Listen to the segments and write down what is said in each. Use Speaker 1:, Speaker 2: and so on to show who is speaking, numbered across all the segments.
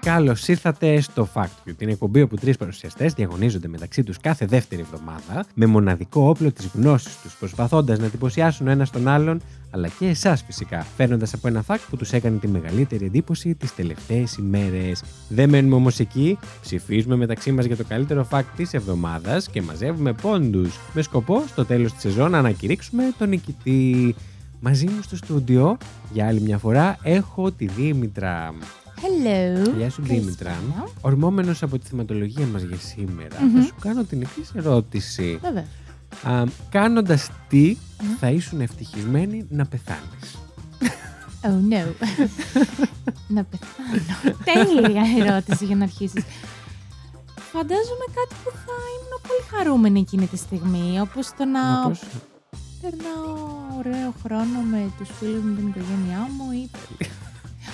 Speaker 1: Καλώς ήρθατε στο Fact You, την εκπομπή όπου τρεις παρουσιαστές διαγωνίζονται μεταξύ τους κάθε δεύτερη εβδομάδα με μοναδικό όπλο της γνώσης τους, προσπαθώντας να εντυπωσιάσουν ο ένας τον άλλον, αλλά και εσάς φυσικά, φέρνοντας από ένα fact που τους έκανε τη μεγαλύτερη εντύπωση τις τελευταίες ημέρες. Δεν μένουμε όμως εκεί, ψηφίζουμε μεταξύ μας για το καλύτερο fact της εβδομάδας και μαζεύουμε πόντους, με σκοπό στο τέλος της σεζόν να ανακηρύξουμε τον νικητή. Μαζί μου στο στούντιο, για άλλη μια φορά, έχω τη Δήμητρα.
Speaker 2: Hello.
Speaker 1: Γεια σου, Δήμητρα.
Speaker 2: Καλησπέρα.
Speaker 1: Ορμόμενος από τη θεματολογία μας για σήμερα, θα
Speaker 2: Μμμ.
Speaker 1: σου κάνω την εξής ερώτηση.
Speaker 2: Βέβαια.
Speaker 1: Κάνοντας τι,
Speaker 2: Ναι.
Speaker 1: θα ήσουν ευτυχισμένοι να πεθάνεις.
Speaker 2: Oh no. να πεθάνω. Τέλεια ερώτηση για να αρχίσεις. Φαντάζομαι κάτι που θα ήμουν πολύ χαρούμενη εκείνη τη στιγμή, όπως το να περνάω ωραίο χρόνο με τους φίλους μου, την οικογένειά μου ή...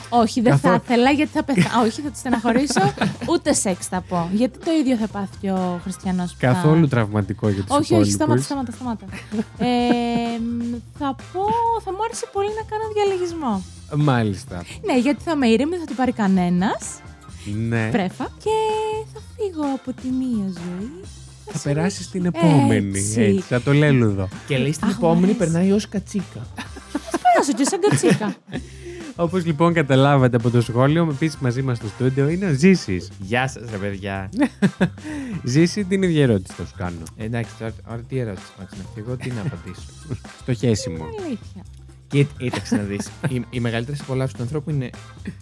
Speaker 2: Όχι, δεν θα
Speaker 1: Καθόλου.
Speaker 2: ήθελα γιατί θα πεθάω. Όχι, θα τη στεναχωρήσω. Ούτε σεξ θα πω. Γιατί το ίδιο θα πάθει και ο χριστιανός που θα-
Speaker 1: Καθόλου τραυματικό για τους
Speaker 2: Όχι, όχι, σταμάτα, σταμάτα, σταμάτα. ε, μ, θα πω, θα μου άρεσε πολύ να κάνω διαλογισμό.
Speaker 1: Μάλιστα.
Speaker 2: Ναι, γιατί θα είμαι ήρεμη, θα το πάρει κανένας.
Speaker 1: Ναι.
Speaker 2: Πρέφα. Και θα φύγω από τη μία ζωή.
Speaker 1: Θα περάσεις την επόμενη.
Speaker 2: Έτσι.
Speaker 1: Έτσι. Θα το λέλουδο.
Speaker 3: Και λέει στην
Speaker 2: Αχ, μου
Speaker 3: επόμενη
Speaker 2: αρέσει.
Speaker 3: περνάει ως κατσίκα.
Speaker 2: Περάσω και σαν κατσίκα.
Speaker 1: Όπως λοιπόν καταλάβατε από το σχόλιο, επίσης μαζί μας στο στούντιο είναι ο Ζήσης.
Speaker 3: Γεια σας, ρε παιδιά.
Speaker 2: Ναι.
Speaker 1: Ζήση την ίδια ερώτηση θα σου κάνω.
Speaker 3: Εντάξει, τώρα, τώρα τι ερώτηση μου έξανε. Και εγώ τι να απαντήσω.
Speaker 1: Στο χέσιμο.
Speaker 2: Αλήθεια.
Speaker 3: Κοίτα- Κοίταξε να δεις. Η, η μεγαλύτερη απολαύση του ανθρώπου είναι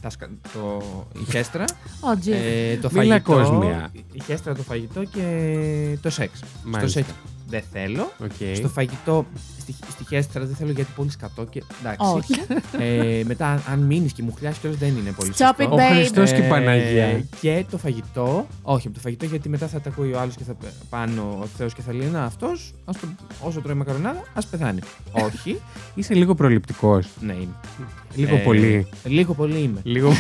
Speaker 3: τα σκα- το, η χέστρα,
Speaker 2: Ότζι.
Speaker 3: ε, το
Speaker 1: Μίλα
Speaker 3: φαγητό.
Speaker 1: κόσμια.
Speaker 3: Η χέστρα, το φαγητό και το σεξ. Στο
Speaker 1: Μάλιστα.
Speaker 3: σεξ δεν θέλω.
Speaker 1: Οκ.
Speaker 3: Στο φαγητό, στη, στη χέστρα δεν θέλω γιατί πολύ σκατό και εντάξει.
Speaker 2: Όχι.
Speaker 3: Ε, μετά, αν- αν μείνεις και μου χλιάσει κιόλα, δεν είναι πολύ
Speaker 2: Stop
Speaker 3: σωστό.
Speaker 2: it,
Speaker 1: Ο
Speaker 2: Babe.
Speaker 1: Χριστός και η Παναγία.
Speaker 3: Ε, Και το φαγητό. Όχι, από το φαγητό γιατί μετά θα τα ακούει ο άλλος και θα πε- πάνω ο Θεός και θα λέει Να, αυτός όσο τρώει μακαρονάδα, ας πεθάνει. Όχι.
Speaker 1: Είσαι λίγο προληπτικός.
Speaker 3: Ναι, είμαι.
Speaker 1: Λίγο
Speaker 3: Ε,
Speaker 1: πολύ.
Speaker 3: Λίγο πολύ είμαι.
Speaker 1: Λίγο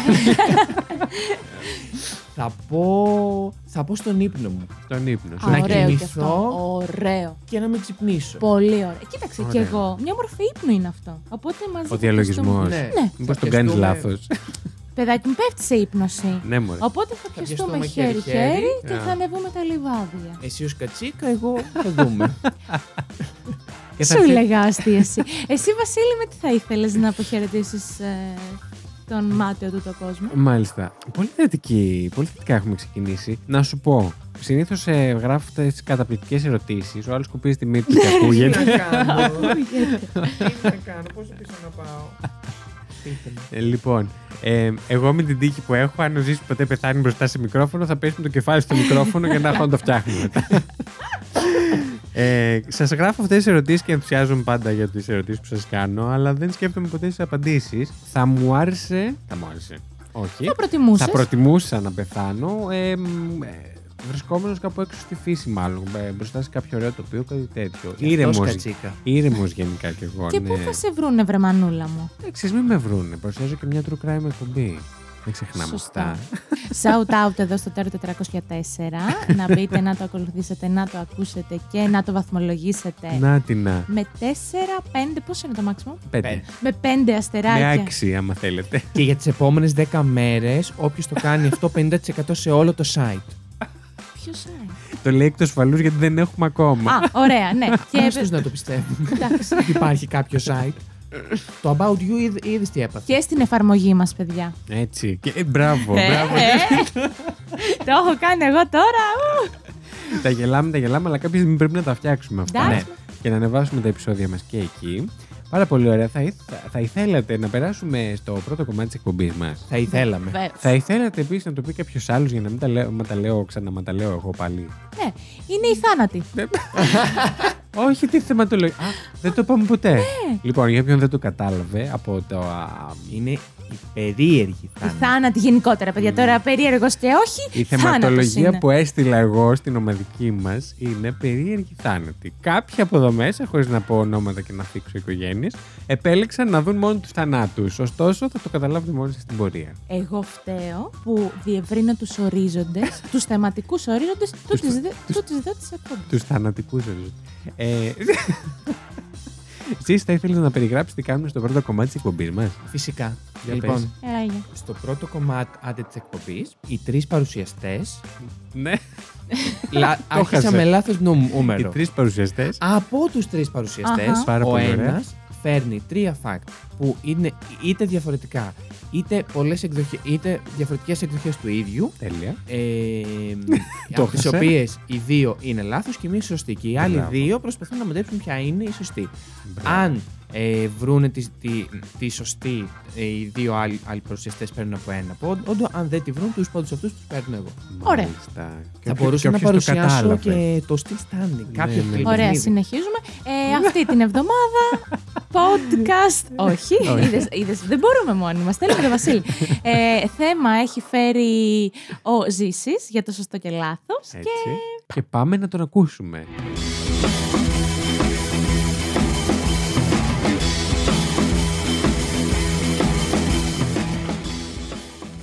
Speaker 3: Θα πω, θα πω στον ύπνο μου
Speaker 1: στον ύπνο σου.
Speaker 2: Α,
Speaker 3: να
Speaker 2: ωραίο κι
Speaker 3: κοιμηθώ.
Speaker 2: αυτό. Ωραίο.
Speaker 3: και να μην ξυπνήσω.
Speaker 2: Πολύ ωραίο. Ε, Κοίταξε κι
Speaker 1: Ωραίο.
Speaker 2: εγώ. Μια μορφή ύπνου είναι αυτό. Οπότε μαζί.
Speaker 1: Ο
Speaker 2: θα πιαστούμε.
Speaker 1: διαλογισμό.
Speaker 3: Ναι.
Speaker 1: Μήπω
Speaker 3: Θα
Speaker 1: τον κάνει
Speaker 3: πιαστούμε-
Speaker 1: λάθος.
Speaker 2: Παιδάκι μου, πέφτει σε ύπνοση.
Speaker 1: Ναι, μωρέ.
Speaker 2: Οπότε θα πιαστούμε
Speaker 3: πιαστούμε
Speaker 2: χέρι-χέρι
Speaker 3: χέρι-χέρι.
Speaker 2: και
Speaker 1: Α.
Speaker 2: θα ανεβούμε τα λιβάδια.
Speaker 3: Εσύ ως κατσίκα, εγώ θα δούμε.
Speaker 1: Και θα
Speaker 2: Σου
Speaker 1: φύγει.
Speaker 2: λέγα αστίαση. Εσύ, Βασίλη, με τι θα ήθελες να αποχαιρετήσεις τον μάτιο του το κόσμο.
Speaker 1: Μάλιστα. Πολύ, θετική, πολύ θετικά έχουμε ξεκινήσει. Να σου πω. Συνήθως ε, γράφετε τις καταπληκτικές ερωτήσεις. Ο άλλος κουπίζει τη μύτη του
Speaker 2: Ναι,
Speaker 1: και ακούγεται.
Speaker 3: κάνω.
Speaker 1: Ε,
Speaker 3: Τι να κάνω, πόσο πίσω να πάω. Πείτε μου.
Speaker 1: Ε, λοιπόν, ε, εγώ με την τύχη που έχω, αν ο Ζήσης ποτέ πεθάνει μπροστά σε μικρόφωνο, θα πέσει με το κεφάλι στο μικρόφωνο για να έχω να το φτιάχνω μετά. ε, σας γράφω αυτές τις ερωτήσεις και ενθουσιάζομαι πάντα για τις ερωτήσεις που σας κάνω, αλλά δεν σκέφτομαι ποτέ τις απαντήσεις. Θα μου άρεσε. Θα μου άρεσε. Όχι.
Speaker 2: Θα προτιμούσες.
Speaker 1: Θα προτιμούσα να πεθάνω. Ε, μ, ε, Βρισκόμενος κάπου έξω στη φύση, μάλλον. ε, Μπροστά σε κάποιο ωραίο τοπίο, κάτι τέτοιο. Ήρεμος.
Speaker 3: κατσίκα.
Speaker 1: Ήρεμος γενικά κι εγώ.
Speaker 2: Και
Speaker 1: ναι.
Speaker 2: πού θα σε βρούνε, βρε μανούλα μου.
Speaker 1: Εντάξει, μην με βρούνε. Παρουσιάζω και μια true crime εκπομπή. Δεν ξεχνάμε αυτά.
Speaker 2: Shout out εδώ στο τέρο 404. να μπείτε να το ακολουθήσετε, να το ακούσετε και να το βαθμολογήσετε.
Speaker 1: Να την να.
Speaker 2: Με 4-5, πόσο είναι το μάξιμο?
Speaker 1: Πέντε.
Speaker 2: Με 5
Speaker 1: Με
Speaker 2: αστεράκια.
Speaker 1: άξι, άμα θέλετε.
Speaker 3: Και για τις επόμενες 10 μέρες, όποιος το κάνει αυτό, 50% σε όλο το site.
Speaker 2: Ποιο είναι.
Speaker 1: το λέει εκ του ασφαλούς γιατί δεν έχουμε ακόμα.
Speaker 2: Α, ωραία, ναι. και
Speaker 3: Άστος να το πιστεύουν.
Speaker 2: εντάξει.
Speaker 3: ότι υπάρχει κάποιο site. το About You είδε είδες τι έπαθε.
Speaker 2: Και στην εφαρμογή μας, παιδιά.
Speaker 1: Έτσι. Και, ε, μπράβο,
Speaker 2: Ε,
Speaker 1: μπράβο.
Speaker 2: ε, Το έχω κάνει εγώ τώρα. ου.
Speaker 1: τα γελάμε, τα γελάμε, αλλά κάποια στιγμή πρέπει να τα φτιάξουμε αυτά. Ναι.
Speaker 2: Εντάξει.
Speaker 1: Και να ανεβάσουμε τα επεισόδια μας και εκεί. Πάρα πολύ ωραία. Θα, ήθε- θα- θα ήθελατε να περάσουμε στο πρώτο κομμάτι της εκπομπής μας.
Speaker 3: Θα ήθελαμε.
Speaker 2: Βε-
Speaker 1: Θα ήθελατε επίσης να το πει κάποιος άλλος για να μην τα λέω, μα τα λέω ξανά, μα τα λέω εγώ πάλι.
Speaker 2: Ναι, είναι η θάνατη.
Speaker 1: Όχι, τι θεματολογία. Α, δεν το είπαμε ποτέ. Λοιπόν, για όποιον δεν το κατάλαβε από το. α,
Speaker 3: Είναι η περίεργη
Speaker 2: Η
Speaker 3: θάνατη.
Speaker 2: θάνατη γενικότερα, παιδιά.
Speaker 1: ναι. Μμμ.
Speaker 2: Τώρα περίεργος και όχι.
Speaker 1: η
Speaker 2: θάνατος
Speaker 1: θεματολογία
Speaker 2: είναι.
Speaker 1: που έστειλα εγώ στην ομαδική μας είναι περίεργη θάνατη. Κάποιοι από εδώ μέσα, χωρίς να πω ονόματα και να θίξω οικογένειες, επέλεξαν να δουν μόνο τους θανάτους. Ωστόσο, θα το καταλάβετε μόνοι σας στην πορεία.
Speaker 2: Εγώ φταίω που διευρύνω τους ορίζοντες, τους θεματικούς ορίζοντες του τη
Speaker 1: τους-
Speaker 2: εδώ τη εκπομπή.
Speaker 1: Τους θανατικούς ορίζοντες. Ε, Εσείς θα ήθελες να περιγράψει τι κάνουμε στο πρώτο κομμάτι της εκπομπής μας.
Speaker 3: Φυσικά.
Speaker 1: Για
Speaker 3: λοιπόν,
Speaker 1: πες.
Speaker 2: Έλαγε.
Speaker 3: στο πρώτο κομμάτι άντε της εκπομπής, οι τρεις παρουσιαστές.
Speaker 1: Ναι, Το
Speaker 3: Άρχισα
Speaker 1: χάσε.
Speaker 3: με λάθος
Speaker 1: οι
Speaker 3: νούμερο.
Speaker 1: τρεις παρουσιαστές.
Speaker 3: Από τους τρεις παρουσιαστές,
Speaker 2: Αχα.
Speaker 1: Πάρα
Speaker 3: ο
Speaker 1: πολύ ωραία.
Speaker 3: ένας φέρνει τρία fact που είναι είτε διαφορετικά, είτε, πολλές εκδοχε... είτε διαφορετικές εκδοχές του ίδιου
Speaker 1: Τέλεια.
Speaker 3: Ε,
Speaker 1: Το
Speaker 3: από τις
Speaker 1: έχασες.
Speaker 3: οποίες οι δύο είναι λάθος και η μία είναι σωστή. Και οι άλλοι
Speaker 1: Μπράβο.
Speaker 3: δύο προσπαθούν να μοντέψουν ποια είναι η σωστή.
Speaker 1: Μπράβο.
Speaker 3: Αν ε, βρούνε τη, τη, τη σωστή, ε, οι δύο άλλοι, άλλοι παρουσιαστέ παίρνουν από ένα πόντο. Όντω, αν δεν τη βρουν, τους πόντους αυτούς τους παίρνω εγώ.
Speaker 2: Ωραία.
Speaker 1: Μάλιστα. Και
Speaker 3: Θα
Speaker 1: ποιο-
Speaker 3: μπορούσα να
Speaker 1: ποιος το
Speaker 3: παρουσιάσω
Speaker 1: κατάλαβε.
Speaker 3: και το still standing. Κάποιο
Speaker 1: ναι.
Speaker 3: κλειδί.
Speaker 2: Ωραία, συνεχίζουμε. Ε, αυτή την εβδομάδα podcast. Όχι,
Speaker 1: Όχι.
Speaker 2: είδες, είδες, δεν μπορούμε μόνοι μας. Τέλο, ρε Βασίλη. Ε, θέμα έχει φέρει ο Ζήσης για το σωστό και λάθος.
Speaker 1: Έτσι. Και πάμε να τον ακούσουμε.
Speaker 3: Ε,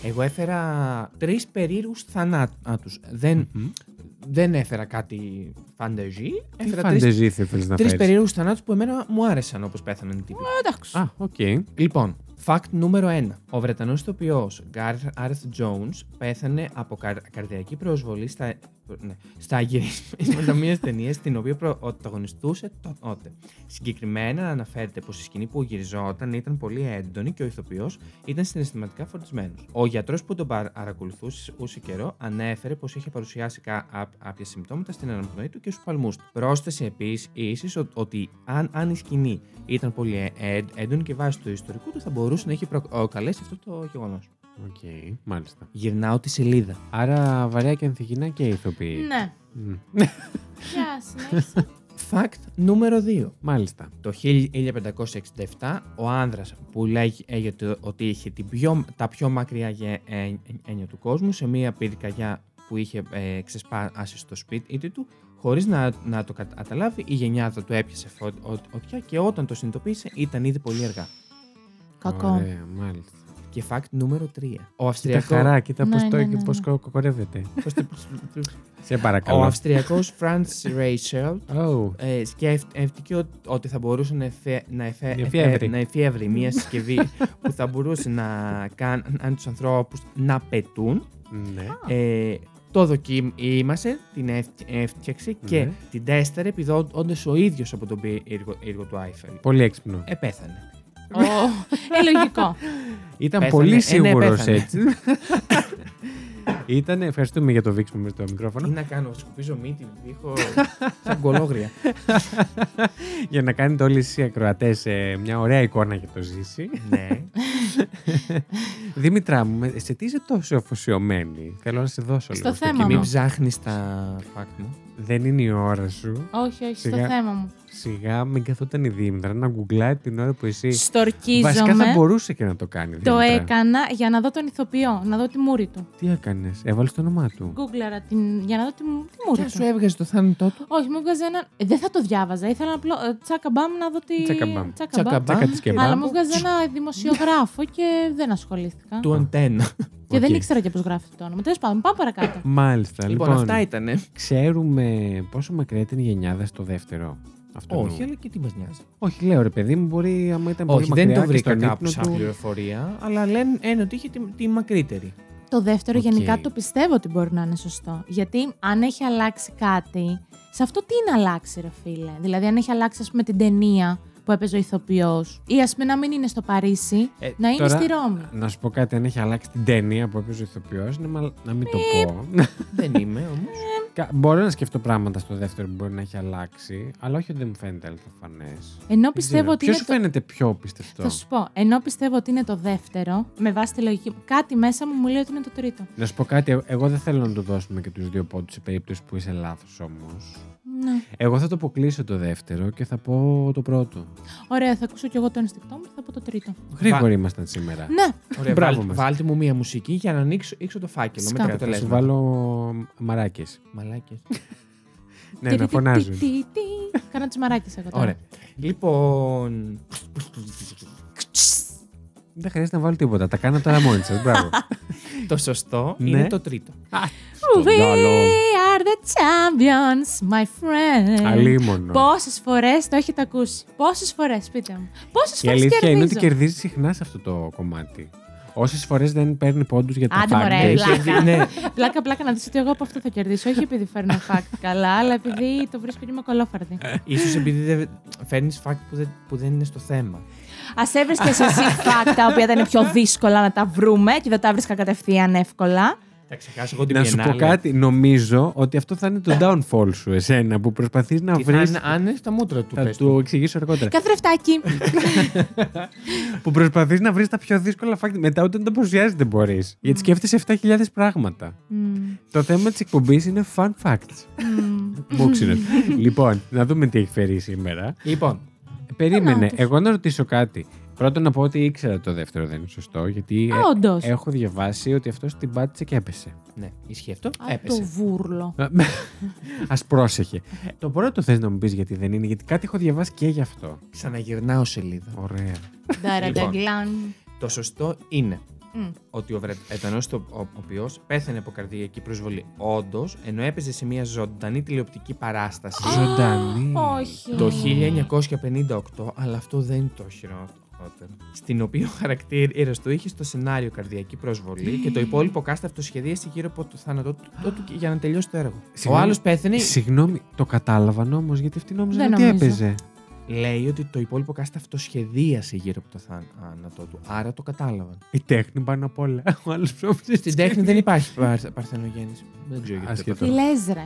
Speaker 3: Εγώ έφερα τρεις περίεργους θανάτους. Δεν, δεν έφερα κάτι φανταζή.
Speaker 1: Τι
Speaker 3: Έφερα τρεις
Speaker 1: φαντεζή θα ήθελες να
Speaker 3: Τρεις
Speaker 1: φέρεις.
Speaker 3: περίεργους θανάτους που εμένα μου άρεσαν όπως πέθαναν οι τύποι.
Speaker 2: Εντάξει.
Speaker 1: Α, οκ.
Speaker 3: Λοιπόν, fact νούμερο 1. Ο Βρετανός ηθοποιός Garth Arth Jones πέθανε από καρ- καρδιακή προσβολή στα, ναι, στα γυρίσματα μιας ταινίας στην οποία πρωταγωνιστούσε το- τότε. Συγκεκριμένα αναφέρεται πως η σκηνή που γυριζόταν ήταν πολύ έντονη και ο ηθοποιός ήταν συναισθηματικά φορτισμένος. Ο γιατρός που τον παρα- παρακολουθούσε ούσε καιρό ανέφερε πως είχε παρουσιάσει κα- άπ- άπια συμπτώματα στην αναπνοή του και στους παλμούς του. Πρόσθεσε επίσης ότι αν, αν η σκηνή ήταν πολύ ε- ε- έντονη και βάσει του ιστορικού του θα μπορούσε να έχει προκαλέσει αυτό το γεγονός.
Speaker 1: Οκ, μάλιστα.
Speaker 3: Γυρνάω τη σελίδα.
Speaker 1: Άρα βαριά και ανθυγινά και ηθοποιοί.
Speaker 2: Ναι.
Speaker 1: Μμ,
Speaker 2: Γεια, συνέχισε.
Speaker 3: Fact νούμερο 2.
Speaker 1: Μάλιστα.
Speaker 3: Το 1567 ο άνδρας που λέγεται ότι είχε την πιο, τα πιο μακριά γε- ε- έννοια του κόσμου σε μία πυρκαγιά που είχε ε, ξεσπάσει στο σπίτι του χωρίς να, να το καταλάβει η γενιάδα του έπιασε φω- ο- φωτιά και όταν το συνειδητοποίησε ήταν ήδη πολύ αργά.
Speaker 2: Κακό.
Speaker 1: Ωραία, μάλιστα.
Speaker 3: Και fact νούμερο 3. Ο
Speaker 1: Κοίτα
Speaker 3: Αυστριακός...
Speaker 1: χαρά, κοίτα
Speaker 2: Ναι,
Speaker 1: πώς
Speaker 2: ναι,
Speaker 1: το
Speaker 2: ναι,
Speaker 1: και πώς κο- κοκορεύεται. Σε
Speaker 3: Ο
Speaker 1: παρακαλώ.
Speaker 3: Αυστριακός Franz Reichelt
Speaker 1: Ω,
Speaker 3: ε, σκέφτηκε ότι- ότι θα μπορούσε να, εφε, να, εφε,
Speaker 1: Να εφεύρει.
Speaker 3: εφε- να εφεύρει μια συσκευή που θα μπορούσε να κάνει τους ανθρώπους να πετούν.
Speaker 1: ναι.
Speaker 3: Ε, το δοκίμασε, την έφτια- έφτιαξε και
Speaker 1: Ναι.
Speaker 3: την τέσταρε επιδόντας ο ίδιος από τον πύργο πύργο του Άιφελ.
Speaker 1: Πολύ έξυπνο.
Speaker 3: Επέθανε.
Speaker 2: Ω, Ε, λογικό.
Speaker 1: Ήταν
Speaker 3: πέθανε. Ε,
Speaker 1: πολύ
Speaker 3: ναι,
Speaker 1: σίγουρος
Speaker 3: πέθανε.
Speaker 1: έτσι. Ήταν, ευχαριστούμε για το βήξιμο με το μικρόφωνο.
Speaker 3: Τι να κάνω, σκουπίζω μύτη, έχω σαν κολόγρια.
Speaker 1: για να κάνετε όλοι εσείς οι ακροατές μια ωραία εικόνα για το ζήσει.
Speaker 3: ναι.
Speaker 1: Δήμητρά μου, με- σε τι είσαι τόσο αφοσιωμένη. Θέλω να σε δώσω
Speaker 2: Στο
Speaker 1: λίγο.
Speaker 2: θέμα
Speaker 3: Και
Speaker 2: μου.
Speaker 3: μην
Speaker 1: κοινό.
Speaker 3: ψάχνεις τα fact μου.
Speaker 1: Δεν είναι η ώρα σου.
Speaker 2: όχι, όχι, στο
Speaker 1: Σιγά.
Speaker 2: θέμα μου.
Speaker 1: Σιγά μην καθόταν η Δήμητρα να γκουγκλάει την ώρα που εσύ. Ε, Βασικά θα
Speaker 2: Στορκίζομαι.
Speaker 1: μπορούσε και να το κάνει.
Speaker 2: Το
Speaker 1: Δήμητρα.
Speaker 2: έκανα για να δω τον ηθοποιό, να δω τη μούρη του.
Speaker 1: Τι έκανες, έβαλες το όνομά του.
Speaker 2: Γκούγκλαρα την, για να δω τη, μου- τη μούρη
Speaker 3: Και σου ε.
Speaker 2: του.
Speaker 3: έβγαζε το θάνατό του.
Speaker 2: Όχι, μου έβγαζε έναν. ε, δεν θα το διάβαζα. Ήθελα απλό. ε, Τσακαμπάμ να δω τη.
Speaker 1: Τσακαμπάμ.
Speaker 3: Τσακαμπά.
Speaker 1: Τσάκα της και
Speaker 2: Αλλά
Speaker 1: μπαμ.
Speaker 2: μου έβγαζε ένα δημοσιογράφο και δεν ασχολήθηκα.
Speaker 3: Του αντένα.
Speaker 2: Και δεν
Speaker 1: Οκ.
Speaker 2: ήξερα και πώς γράφει το όνομα. Τέλος πάντων, πάμε παρακάτω.
Speaker 1: Μάλιστα, λοιπόν.
Speaker 3: Λοιπόν, αυτά ήτανε.
Speaker 1: Ξέρουμε πόσο μακριά ήταν η γενιάδα στο δεύτερο. Αυτό
Speaker 3: Όχι,
Speaker 1: εννοώ.
Speaker 3: αλλά και τι μας νοιάζει.
Speaker 1: Όχι, λέω ρε παιδί μου, μπορεί άμα ήταν πολύ
Speaker 3: Όχι,
Speaker 1: μακριά
Speaker 3: δεν το
Speaker 1: και
Speaker 3: βρήκα
Speaker 1: στον
Speaker 3: κάπου
Speaker 1: ύπνο
Speaker 3: σαν
Speaker 1: του-
Speaker 3: πληροφορία, αλλά λένε είναι ότι είχε τη, τη μακρύτερη.
Speaker 2: το δεύτερο
Speaker 1: Οκ.
Speaker 2: γενικά το πιστεύω ότι μπορεί να είναι σωστό. Γιατί αν έχει αλλάξει κάτι. Σε αυτό τι να αλλάξει, ρε φίλε. Δηλαδή, αν έχει αλλάξει, ας πούμε, την ταινία που έπαιζε ο ηθοποιός. Ή ας πούμε να μην είναι στο Παρίσι,
Speaker 1: Ε,
Speaker 2: να είναι
Speaker 1: τώρα-
Speaker 2: στη Ρώμη.
Speaker 1: Να σου πω κάτι, αν έχει αλλάξει την ταινία που έπαιζε ο ηθοποιός, να, μα- να μην το πω.
Speaker 3: δεν είμαι όμως.
Speaker 1: Κα- Μπορώ να σκεφτώ πράγματα στο δεύτερο που μπορεί να έχει αλλάξει, αλλά όχι ότι δεν μου φαίνεται αληθοφανές.
Speaker 2: Ενώ πιστεύω ότι
Speaker 1: Ποιο
Speaker 2: είναι.
Speaker 1: σου
Speaker 2: το-
Speaker 1: φαίνεται πιο πιστευτό.
Speaker 2: Θα σου πω, ενώ πιστεύω ότι είναι το δεύτερο, με βάση τη λογική μου, κάτι μέσα μου μου λέει ότι είναι το τρίτο.
Speaker 1: Να σου πω κάτι, ε- εγώ δεν θέλω να του δώσουμε και τους δύο πόντους σε περίπτωση που είσαι λάθος όμως.
Speaker 2: Ναι.
Speaker 1: Εγώ θα το αποκλείσω το δεύτερο και θα πω το πρώτο.
Speaker 2: Ωραία, θα ακούσω κι εγώ το ενστικτό μου και θα πω το τρίτο.
Speaker 1: Γρήγοροι ήμασταν σήμερα.
Speaker 2: Ναι,
Speaker 3: Ωραία,
Speaker 1: Μπράβο
Speaker 3: βάλ-
Speaker 1: μας.
Speaker 3: βάλτε μου μία μουσική για να ανοίξω, ανοίξω το φάκελο
Speaker 2: Σκά.
Speaker 3: με τα
Speaker 2: Θα
Speaker 1: Θα σου
Speaker 3: αποτελέσματα.
Speaker 1: βάλω μαράκες.
Speaker 3: Μαλάκες.
Speaker 1: Ναι, να φωνάζουν.
Speaker 2: Κάνω τι μαράκι εγώ τώρα.
Speaker 3: Ωραία. Λοιπόν.
Speaker 1: Δεν χρειάζεται να βάλω τίποτα. Τα κάνω τώρα μόνοι σας. Μπράβο.
Speaker 3: Το σωστό
Speaker 1: Ναι.
Speaker 3: είναι το τρίτο.
Speaker 1: Στον
Speaker 2: We
Speaker 1: άλλο.
Speaker 2: are the champions, my friend.
Speaker 1: Αλίμονο.
Speaker 2: Πόσες φορές το έχετε ακούσει. Πόσες φορές, πείτε μου. Πόσες
Speaker 1: Η
Speaker 2: φορές
Speaker 1: αλήθεια
Speaker 2: κερδίζω.
Speaker 1: είναι ότι κερδίζει συχνά σε αυτό το κομμάτι. Όσες φορές δεν παίρνει πόντους για τα
Speaker 2: Άντε, μωρέ,
Speaker 1: φάρμακα.
Speaker 2: Πλάκα.
Speaker 3: Έχει- ναι.
Speaker 2: Πλάκα, πλάκα να δεις ότι εγώ από αυτό θα κερδίσω. Όχι επειδή φέρνω φακ καλά, αλλά επειδή το βρίσκω και είμαι κολόφαρδη.
Speaker 3: Ίσως επειδή δεν φέρνεις φάκ που δεν, που δεν είναι στο θέμα.
Speaker 2: Ας έβρισκες εσύ φακ τα οποία ήταν πιο δύσκολα να τα βρούμε και δεν τα βρίσκα κατευθείαν εύκολα.
Speaker 3: Θα ξεχάσω εγώ την
Speaker 1: Να σου πω
Speaker 3: Biennale.
Speaker 1: κάτι. Νομίζω ότι αυτό θα είναι το downfall σου, εσένα, που προσπαθείς να
Speaker 3: Τι θα
Speaker 1: βρεις.
Speaker 3: είναι- Αν είναι στα μούτρα του.
Speaker 1: Θα
Speaker 3: πες
Speaker 1: του εξηγήσω αργότερα.
Speaker 2: Καθρεφτάκι.
Speaker 1: Που προσπαθείς να βρεις τα πιο δύσκολα φάκελα. Μετά όταν τα παρουσιάζει δεν μπορείς. Γιατί σκέφτεσαι 7.000 πράγματα.
Speaker 2: Μμμ,
Speaker 1: Το θέμα της εκπομπής είναι fun facts.
Speaker 2: μμμ.
Speaker 1: Μπούξινο. λοιπόν, να δούμε τι έχει φέρει σήμερα.
Speaker 3: Λοιπόν,
Speaker 1: Περίμενε.
Speaker 2: τους.
Speaker 1: Εγώ να ρωτήσω κάτι. Πρώτον να πω ότι ήξερα το δεύτερο δεν είναι σωστό, γιατί
Speaker 2: Α,
Speaker 1: ε,
Speaker 2: όντως.
Speaker 1: έχω διαβάσει ότι αυτός την πάτησε και έπεσε.
Speaker 3: ναι, ισχύει αυτό.
Speaker 2: Α, Το
Speaker 3: Έπεσε.
Speaker 2: βούρλο.
Speaker 1: Α πρόσεχε. το πρώτο θες να μου πεις γιατί δεν είναι, γιατί κάτι έχω διαβάσει και γι' αυτό.
Speaker 3: Ξαναγυρνάω σελίδα.
Speaker 1: Ωραία.
Speaker 2: Νταρανταγκλάν.
Speaker 3: Το σωστό είναι
Speaker 2: Μμ.
Speaker 3: ότι ο Βρετανό, ο οποίος πέθανε από καρδιακή προσβολή, όντως, ενώ έπαιζε σε μια ζωντανή τηλεοπτική παράσταση
Speaker 1: Ζωντανή.
Speaker 2: Όχι.
Speaker 3: το 1958, αλλά αυτό δεν είναι το χειρότερο. Στην οποία ο χαρακτήρας του είχε στο σενάριο καρδιακή προσβολή και το υπόλοιπο κάστα αυτοσχεδίασε γύρω από το θάνατό του, το του και- για να τελειώσει το έργο. Ο
Speaker 1: Συγγνώμη.
Speaker 3: άλλος πέθανε,
Speaker 1: Συγγνώμη, το κατάλαβαν όμως γιατί αυτή νόμιζε
Speaker 2: Ναι. Δεν
Speaker 1: ότι
Speaker 2: νομίζω.
Speaker 1: έπαιζε.
Speaker 3: λέει ότι το υπόλοιπο κάστα αυτοσχεδίασε γύρω από το θάνατό του. Άρα το κατάλαβαν.
Speaker 1: Η τέχνη πάνω απ' όλα. Ο άλλος
Speaker 3: Στην τέχνη δεν υπάρχει παρ- παρθενογέννηση. Δεν ξέρω γιατί.
Speaker 1: Ασχετό.
Speaker 3: το
Speaker 2: Τι λες, ρε.